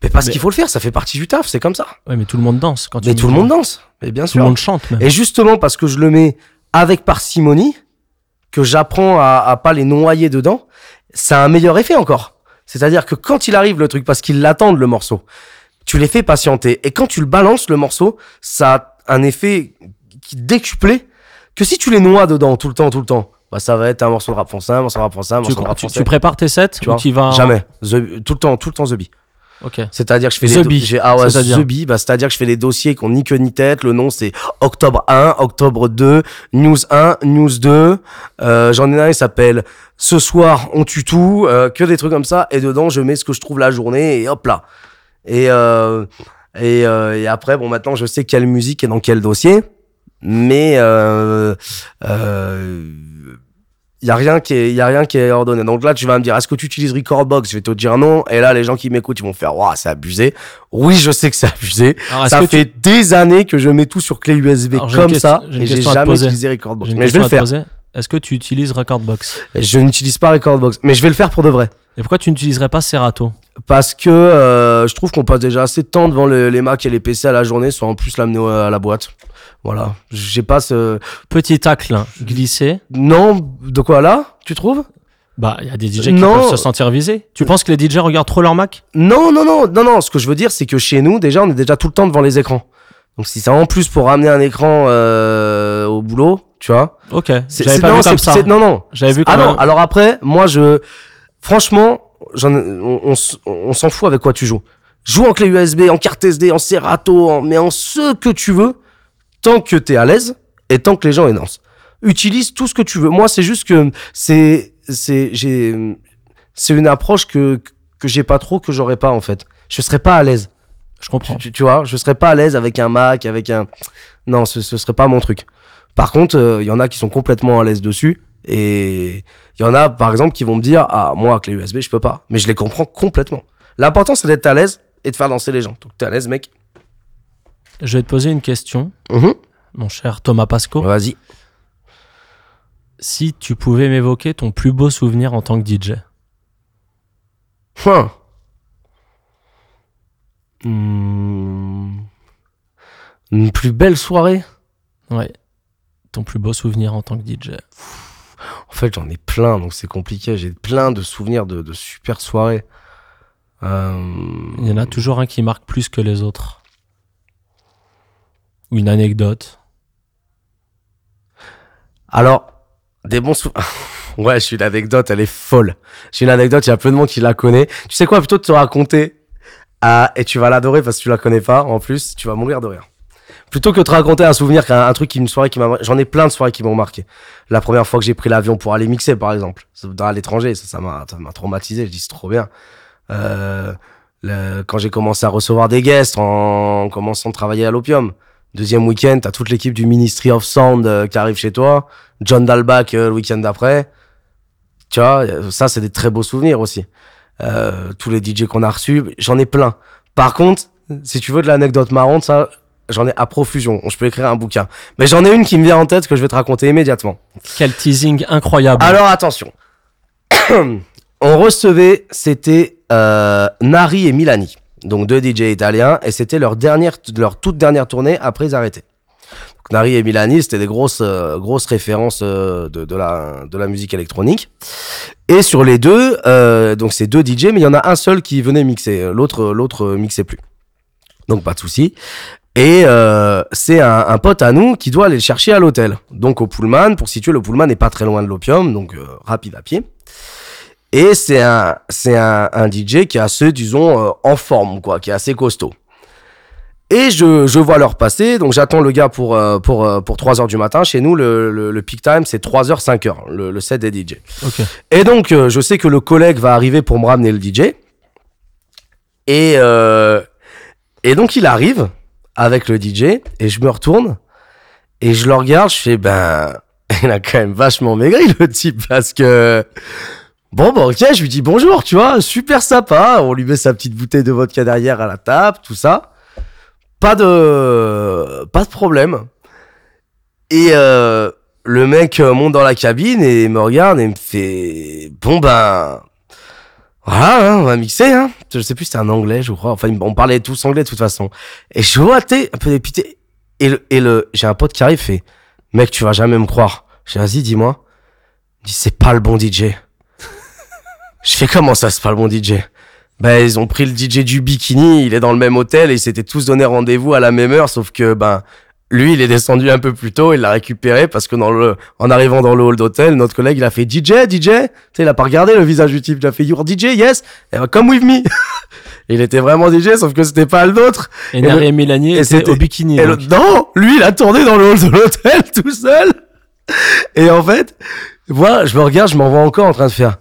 [SPEAKER 1] mais parce
[SPEAKER 2] Mais-
[SPEAKER 1] qu'il faut le faire. Ça fait partie du taf, c'est comme ça.
[SPEAKER 2] Ouais, mais tout le monde danse quand tu
[SPEAKER 1] Mais
[SPEAKER 2] mixes.
[SPEAKER 1] tout le monde danse. Mais bien
[SPEAKER 2] Tout
[SPEAKER 1] sûr.
[SPEAKER 2] le monde chante. même.
[SPEAKER 1] Et justement, parce que je le mets avec parcimonie, que j'apprends à, à pas les noyer dedans, ça a un meilleur effet encore. C'est-à-dire que quand il arrive le truc, parce qu'ils l'attendent le morceau, tu les fais patienter. Et quand tu le balances le morceau, ça a un effet qui décuplé que si tu les noies dedans tout le temps, tout le temps, bah ça va être un morceau de rap français, un morceau de rap français, un
[SPEAKER 2] tu,
[SPEAKER 1] morceau de rap
[SPEAKER 2] tu- tu
[SPEAKER 1] français.
[SPEAKER 2] prépares tes sets
[SPEAKER 1] Tu
[SPEAKER 2] ou
[SPEAKER 1] vois,
[SPEAKER 2] tu y vas en-
[SPEAKER 1] Jamais. The- tout le temps, tout le temps The Bee.
[SPEAKER 2] Ok.
[SPEAKER 1] C'est-à-dire que je fais
[SPEAKER 2] The
[SPEAKER 1] les
[SPEAKER 2] Bee,
[SPEAKER 1] j'ai- ah ouais,
[SPEAKER 2] c'est-à-dire
[SPEAKER 1] The Bee, bah, c'est-à-dire que je fais les dossiers qu'on ni queue ni tête. Le nom c'est octobre 1, octobre 2, news 1, news 2. Euh, j'en ai un il s'appelle ce soir on tue tout, euh, que des trucs comme ça et dedans je mets ce que je trouve la journée et hop là. Et euh, et, euh, et après bon maintenant je sais quelle musique est dans quel dossier mais euh, euh, y a rien qui est y a rien qui est ordonné. Donc là tu vas me dire est-ce que tu utilises Recordbox Je vais te dire non et là les gens qui m'écoutent ils vont faire waouh, c'est abusé. Oui, je sais que c'est abusé.
[SPEAKER 2] Alors, est-ce
[SPEAKER 1] Ça
[SPEAKER 2] que tu-
[SPEAKER 1] fait des années que je mets tout sur clé USB
[SPEAKER 2] Alors, j'ai une
[SPEAKER 1] comme
[SPEAKER 2] question-
[SPEAKER 1] ça
[SPEAKER 2] j'ai une
[SPEAKER 1] et j'ai
[SPEAKER 2] question à te
[SPEAKER 1] jamais
[SPEAKER 2] poser.
[SPEAKER 1] utilisé Recordbox.
[SPEAKER 2] j'ai une
[SPEAKER 1] Mais je vais
[SPEAKER 2] question
[SPEAKER 1] le
[SPEAKER 2] à te
[SPEAKER 1] faire.
[SPEAKER 2] poser. Est-ce que tu utilises Recordbox
[SPEAKER 1] Je n'utilise pas Recordbox, mais je vais le faire pour de vrai.
[SPEAKER 2] Et pourquoi tu n'utiliserais pas Serato
[SPEAKER 1] Parce que euh, je trouve qu'on passe déjà assez de temps devant le- les Macs et les PC à la journée, sans en plus l'amener au- à la boîte. Voilà. J'ai pas ce.
[SPEAKER 2] Petit tacle hein, glissé.
[SPEAKER 1] Non, de quoi là Tu trouves
[SPEAKER 2] Bah, il y a des DJ
[SPEAKER 1] Non.
[SPEAKER 2] qui peuvent se sentir visés. Tu penses que les DJ regardent trop leur Mac
[SPEAKER 1] Non, non, non, non, non. Ce que je veux dire, c'est que chez nous, déjà, on est déjà tout le temps devant les écrans. Donc si c'est en plus pour ramener un écran euh, au boulot, tu vois.
[SPEAKER 2] Ok.
[SPEAKER 1] c'est-
[SPEAKER 2] J'avais
[SPEAKER 1] c'est-
[SPEAKER 2] pas
[SPEAKER 1] non,
[SPEAKER 2] vu comme
[SPEAKER 1] c'est-
[SPEAKER 2] ça.
[SPEAKER 1] c'est- Non, non.
[SPEAKER 2] J'avais vu
[SPEAKER 1] Ah
[SPEAKER 2] comme
[SPEAKER 1] non, alors après, moi je. Franchement, j'en- on, on s- on s'en fout avec quoi tu joues. Joue en clé USB, en carte SD, en Serato, en- mais en ce que tu veux, tant que t'es à l'aise et tant que les gens énoncent. Utilise tout ce que tu veux. Moi, c'est juste que c'est c'est j'ai c'est une approche que que j'ai pas trop que j'aurais pas en fait. Je serais pas à l'aise.
[SPEAKER 2] Je comprends.
[SPEAKER 1] Tu, tu- tu vois, je serais pas à l'aise avec un Mac, avec un non, ce ce serait pas mon truc. Par contre, il y en a qui sont complètement à l'aise dessus. Et il y en a, par exemple, qui vont me dire Ah, moi, avec les USB, je peux pas. Mais je les comprends complètement. L'important, c'est d'être à l'aise et de faire danser les gens. Donc, t'es à l'aise, mec.
[SPEAKER 2] Je vais te poser une question,
[SPEAKER 1] Mhm.
[SPEAKER 2] mon cher Thomas Pasco.
[SPEAKER 1] Vas-y.
[SPEAKER 2] Si tu pouvais m'évoquer ton plus beau souvenir en tant que DJ.
[SPEAKER 1] Hum. Hmm. Une plus belle soirée
[SPEAKER 2] Ouais. Ton plus beau souvenir en tant que DJ.
[SPEAKER 1] En fait, j'en ai plein, donc c'est compliqué. J'ai plein de souvenirs de, de super soirées. Euh,
[SPEAKER 2] Il y en a toujours un qui marque plus que les autres. Ou une anecdote.
[SPEAKER 1] Alors, des bons souvenirs. ouais, je suis une anecdote, elle est folle. J'ai une anecdote, il y a peu de monde qui la connaît. Tu sais quoi, plutôt de te raconter, ah, et tu vas l'adorer parce que tu la connais pas, en plus, tu vas mourir de rire. Plutôt que de te raconter un souvenir, qu'un un truc, une soirée qui m'a, j'en ai plein de soirées qui m'ont marqué. La première fois que j'ai pris l'avion pour aller mixer, par exemple, ça- à l'étranger, ça, ça m'a, ça m'a traumatisé. Je dis c'est trop bien. Euh, le- quand j'ai commencé à recevoir des guests en commençant de travailler à l'opium. Deuxième week-end, t'as toute l'équipe du Ministry of Sound euh, qui arrive chez toi. John Dalbach euh, le week-end d'après. Tu vois, euh, ça, c'est des très beaux souvenirs aussi. Euh, tous les DJ qu'on a reçus, j'en ai plein. Par contre, si tu veux de l'anecdote marrante, ça, j'en ai à profusion. Je peux écrire un bouquin. Mais j'en ai une qui me vient en tête que je vais te raconter immédiatement.
[SPEAKER 2] Quel teasing incroyable.
[SPEAKER 1] Alors attention. On recevait, c'était euh, Nari et Milani, donc deux DJ italiens, et c'était leur dernière, leur toute dernière tournée après ils arrêtaient. Donc, Nari et Milani, c'était des grosses, euh, grosses références euh, de, de la, de la musique électronique. Et sur les deux, euh, donc c'est deux DJ, mais il y en a un seul qui venait mixer, euh, l'autre, l'autre euh, mixait plus. Donc pas de souci. Et euh, c'est un, un pote à nous qui doit aller le chercher à l'hôtel. Donc au Pullman, pour situer, le Pullman n'est pas très loin de l'Opium, donc euh, rapide à pied. Et c'est un, c'est un, un DJ qui est assez, disons, euh, en forme, quoi, qui est assez costaud. Et je, je vois l'heure passer, donc j'attends le gars pour, euh, pour, euh, pour 3h du matin. Chez nous, le, le, le peak time, c'est 3h, 5h, le, le set des DJ.
[SPEAKER 2] Ok.
[SPEAKER 1] Et donc, euh, je sais que le collègue va arriver pour me ramener le DJ. Et, euh, et donc, il arrive avec le DJ et je me retourne et je le regarde. Je fais, ben, il a quand même vachement maigri le type parce que. Bon, bon, ok, je lui dis bonjour, tu vois, super sympa. On lui met sa petite bouteille de vodka derrière à la table, tout ça. Pas de, pas de problème. Et euh, le mec euh, monte dans la cabine et me regarde et me fait bon ben voilà hein, on va mixer hein je sais plus si c'était un anglais je crois enfin on parlait tous anglais de toute façon et je vois t'es un peu dépité et le, et le j'ai un pote qui arrive fait mec tu vas jamais me croire je dis vas-y dis-moi il dit c'est pas le bon DJ je fais comment ça c'est pas le bon DJ ben ils ont pris le DJ du bikini il est dans le même hôtel et ils s'étaient tous donné rendez-vous à la même heure sauf que ben Lui, il est descendu un peu plus tôt, il l'a récupéré parce que dans le, en arrivant dans le hall d'hôtel, notre collègue, il a fait DJ, DJ. Tu sais, il a pas regardé le visage du type, il a fait You're DJ, yes, Eh ben, come with me. il était vraiment DJ, sauf que c'était pas le nôtre.
[SPEAKER 2] Et Nari
[SPEAKER 1] le-
[SPEAKER 2] et Mélanie
[SPEAKER 1] et
[SPEAKER 2] étaient
[SPEAKER 1] c'était-
[SPEAKER 2] au bikini.
[SPEAKER 1] Et le-
[SPEAKER 2] donc.
[SPEAKER 1] non, lui, il a tourné dans le hall de l'hôtel tout seul. Et en fait, voilà, je me regarde, je m'en vois encore en train de faire.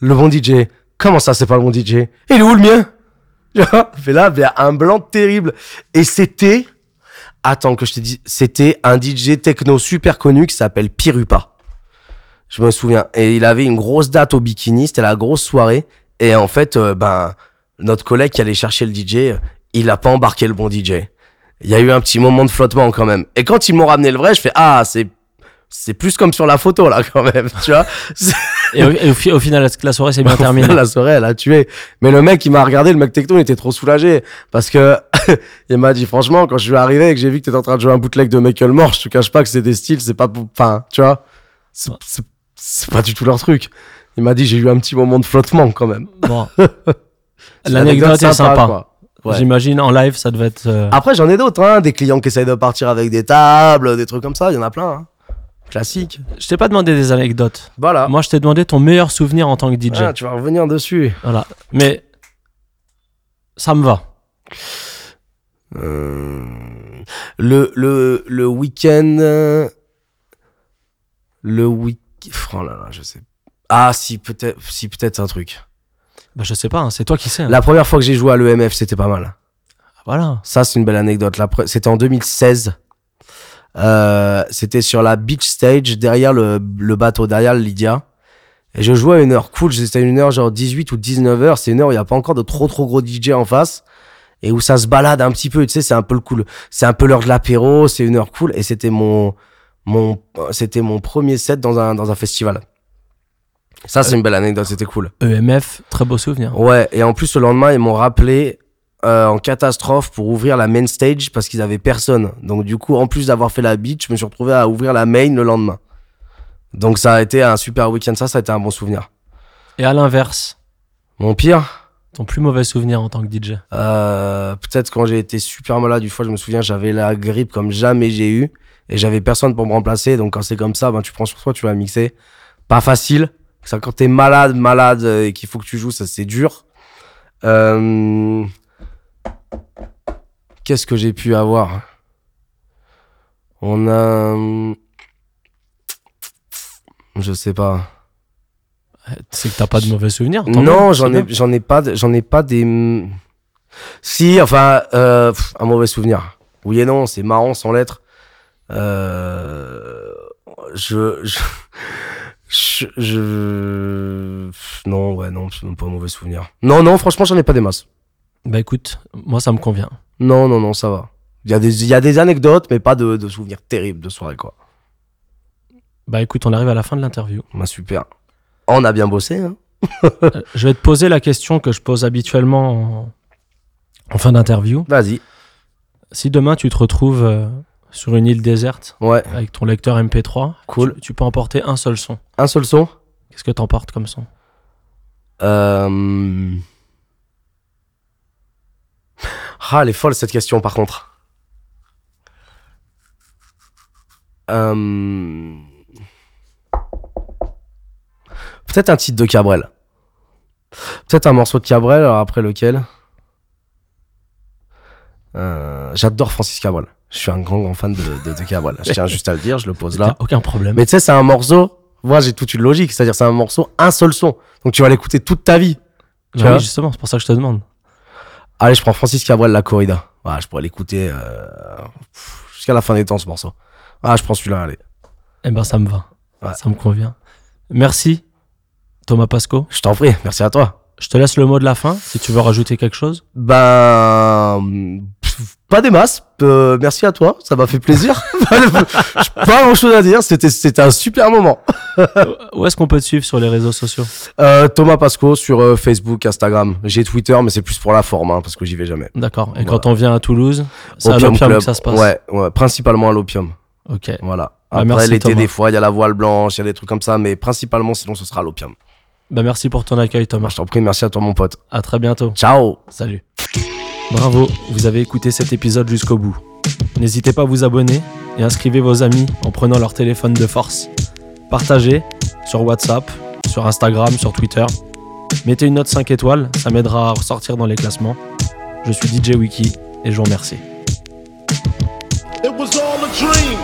[SPEAKER 1] Le bon DJ. Comment ça, c'est pas le bon DJ Il est où le mien Tu vois Fait là, il y a un blanc terrible. Et c'était, attends que je te dis, c'était un DJ techno super connu qui s'appelle Pirupa. Je me souviens. Et il avait une grosse date au bikini, c'était la grosse soirée. Et en fait, euh, ben, notre collègue qui allait chercher le DJ, euh, il a pas embarqué le bon DJ. Il y a eu un petit moment de flottement quand même. Et quand ils m'ont ramené le vrai, je fais ah c'est c'est plus comme sur la photo là quand même, tu vois.
[SPEAKER 2] Et, au, et au fi- au final, la, la soirée s'est bien
[SPEAKER 1] Au final,
[SPEAKER 2] terminée.
[SPEAKER 1] La soirée, elle a tué. Mais le mec, il m'a regardé, le mec techno, il était trop soulagé. Parce que, il m'a dit, franchement, quand je suis arrivé et que j'ai vu que t'étais en train de jouer un bootleg de Michael Moore, je te cache pas que c'est des styles, c'est pas, pour- enfin, tu vois. C'est- C'est c'est pas du tout leur truc. Il m'a dit, j'ai eu un petit moment de flottement quand même.
[SPEAKER 2] Bon.
[SPEAKER 1] C'est
[SPEAKER 2] L'anecdote est sympa.
[SPEAKER 1] quoi. Ouais.
[SPEAKER 2] J'imagine en live, ça devait être. euh,
[SPEAKER 1] Après, j'en ai d'autres, hein. Des clients qui essayent de partir avec des tables, des trucs comme ça, il y en a plein, hein. Classique.
[SPEAKER 2] Je t'ai pas demandé des anecdotes.
[SPEAKER 1] Voilà.
[SPEAKER 2] Moi, je t'ai demandé ton meilleur souvenir en tant que DJ.
[SPEAKER 1] Ah, tu vas revenir dessus.
[SPEAKER 2] Voilà. Mais ça me va.
[SPEAKER 1] Euh, le le le week-end euh, le week oh là là je sais ah si peut-être si peut-être un truc
[SPEAKER 2] Bah, je sais pas, hein, c'est toi qui sais. hein.
[SPEAKER 1] la première fois que j'ai joué à l'EMF c'était pas mal
[SPEAKER 2] Voilà.
[SPEAKER 1] ça c'est une belle anecdote La pre- c'était en 2016 Euh, c'était sur la beach stage derrière le, le bateau derrière le Lydia et je jouais à une heure cool c'était une heure genre 18 ou 19 heures c'est une heure où il n'y a pas encore de trop trop gros DJ en face et où ça se balade un petit peu tu sais c'est un peu le cool c'est un peu l'heure de l'apéro c'est une heure cool et c'était mon mon c'était mon premier set dans un dans un festival ça c'est une belle anecdote c'était cool
[SPEAKER 2] EMF, E très beau souvenir.
[SPEAKER 1] Ouais, et en plus, le lendemain, ils m'ont rappelé euh, en catastrophe pour ouvrir la main stage parce qu'ils avaient personne. Donc, du coup, en plus d'avoir fait la beach, je me suis retrouvé à ouvrir la main le lendemain. Donc, ça a été un super week-end. Ça, ça a été un bon souvenir.
[SPEAKER 2] Et à l'inverse,
[SPEAKER 1] Mon pire,
[SPEAKER 2] ton plus mauvais souvenir en tant que DJ.
[SPEAKER 1] euh, peut-être quand j'ai été super malade, une fois, je me souviens, j'avais la grippe comme jamais j'ai eu et j'avais personne pour me remplacer. Donc, quand c'est comme ça, ben, tu prends sur toi, tu vas mixer. Pas facile. Ça, quand t'es malade, malade euh, et qu'il faut que tu joues, ça, c'est dur. Euh, Qu'est-ce que j'ai pu avoir On a. euh, Je sais pas.
[SPEAKER 2] C'est que t'as pas de mauvais souvenir. tant
[SPEAKER 1] Non,
[SPEAKER 2] mieux,
[SPEAKER 1] j'en
[SPEAKER 2] c'est
[SPEAKER 1] ai,
[SPEAKER 2] bien.
[SPEAKER 1] j'en ai pas, de- j'en ai pas des. Si, enfin, euh, pff, un mauvais souvenir. Oui et non, c'est marrant sans l'être. Euh, je, je, je, je- pff, non, ouais, non, c'est même pas un mauvais souvenir. Non, non, franchement, j'en ai pas des masses.
[SPEAKER 2] Bah écoute, moi ça me convient.
[SPEAKER 1] Non, non, non, ça va. Il y a des, il y a des anecdotes, mais pas de, de souvenirs terribles de soirée, quoi.
[SPEAKER 2] Bah écoute, on arrive à la fin de l'interview.
[SPEAKER 1] Bah, super. On a bien bossé, hein.
[SPEAKER 2] Euh, je vais te poser la question que je pose habituellement en, en fin d'interview.
[SPEAKER 1] Vas-y.
[SPEAKER 2] Si demain tu te retrouves euh, sur une île déserte
[SPEAKER 1] Ouais.
[SPEAKER 2] avec ton lecteur MP3,
[SPEAKER 1] Cool.
[SPEAKER 2] tu, tu peux emporter un seul son.
[SPEAKER 1] Un seul son.
[SPEAKER 2] Qu'est-ce que t'emportes comme son
[SPEAKER 1] Euh... Ah, elle est folle cette question par contre. Euh, Peut-être un titre de Cabrel. Peut-être un morceau de Cabrel, alors après lequel Euh, J'adore Francis Cabrel. Je suis un grand grand fan de, de, de Cabrel. Je tiens juste à le dire, je le pose là.
[SPEAKER 2] T'as Aucun problème.
[SPEAKER 1] Mais tu sais, c'est un morceau. Moi, j'ai toute une logique. C'est-à-dire, c'est un morceau, un seul son. Donc, tu vas l'écouter toute ta vie.
[SPEAKER 2] Bah
[SPEAKER 1] tu vois
[SPEAKER 2] oui, justement, c'est pour ça que je te demande.
[SPEAKER 1] Allez, je prends Francis Cabrel, La Corrida. Voilà, je pourrais l'écouter euh, pff, jusqu'à la fin des temps, ce morceau. Ah, je prends celui-là, allez.
[SPEAKER 2] Eh ben ça me va.
[SPEAKER 1] Ouais.
[SPEAKER 2] Ça me convient. Merci Thomas Pasco.
[SPEAKER 1] Je t'en prie, merci à toi.
[SPEAKER 2] Je te laisse le mot de la fin si tu veux rajouter quelque chose.
[SPEAKER 1] Ben. pff, Pas des masses. Euh, merci à toi, ça m'a fait plaisir. pas de- pas grand-chose à dire, c'était c'était un super moment.
[SPEAKER 2] Euh, Où est-ce qu'on peut te suivre sur les réseaux sociaux
[SPEAKER 1] Euh, Thomas Pasco sur euh, Facebook, Instagram. J'ai Twitter, mais c'est plus pour la forme, hein, parce que j'y vais jamais.
[SPEAKER 2] D'accord. Et
[SPEAKER 1] Voilà.
[SPEAKER 2] quand on vient à Toulouse, c'est à
[SPEAKER 1] Opium
[SPEAKER 2] l'Opium
[SPEAKER 1] Club.
[SPEAKER 2] que ça se passe.
[SPEAKER 1] Ouais, ouais, principalement à l'opium.
[SPEAKER 2] Ok.
[SPEAKER 1] Voilà.
[SPEAKER 2] Bah,
[SPEAKER 1] Après
[SPEAKER 2] merci,
[SPEAKER 1] l'été,
[SPEAKER 2] Thomas.
[SPEAKER 1] des fois, il y a la voile blanche, il y a des trucs comme ça, mais principalement, sinon, ce sera l'opium.
[SPEAKER 2] Bah, merci pour ton accueil, Thomas.
[SPEAKER 1] Je t'en prie, merci à toi, mon pote.
[SPEAKER 2] À très bientôt.
[SPEAKER 1] Ciao
[SPEAKER 2] Salut. Bravo, vous avez écouté cet épisode jusqu'au bout. N'hésitez pas à vous abonner et inscrivez vos amis en prenant leur téléphone de force. Partagez sur WhatsApp, sur Instagram, sur Twitter. Mettez une note 5 étoiles, ça m'aidera à ressortir dans les classements. Je suis DJ Wiki et je vous remercie.
[SPEAKER 3] It was all a dream.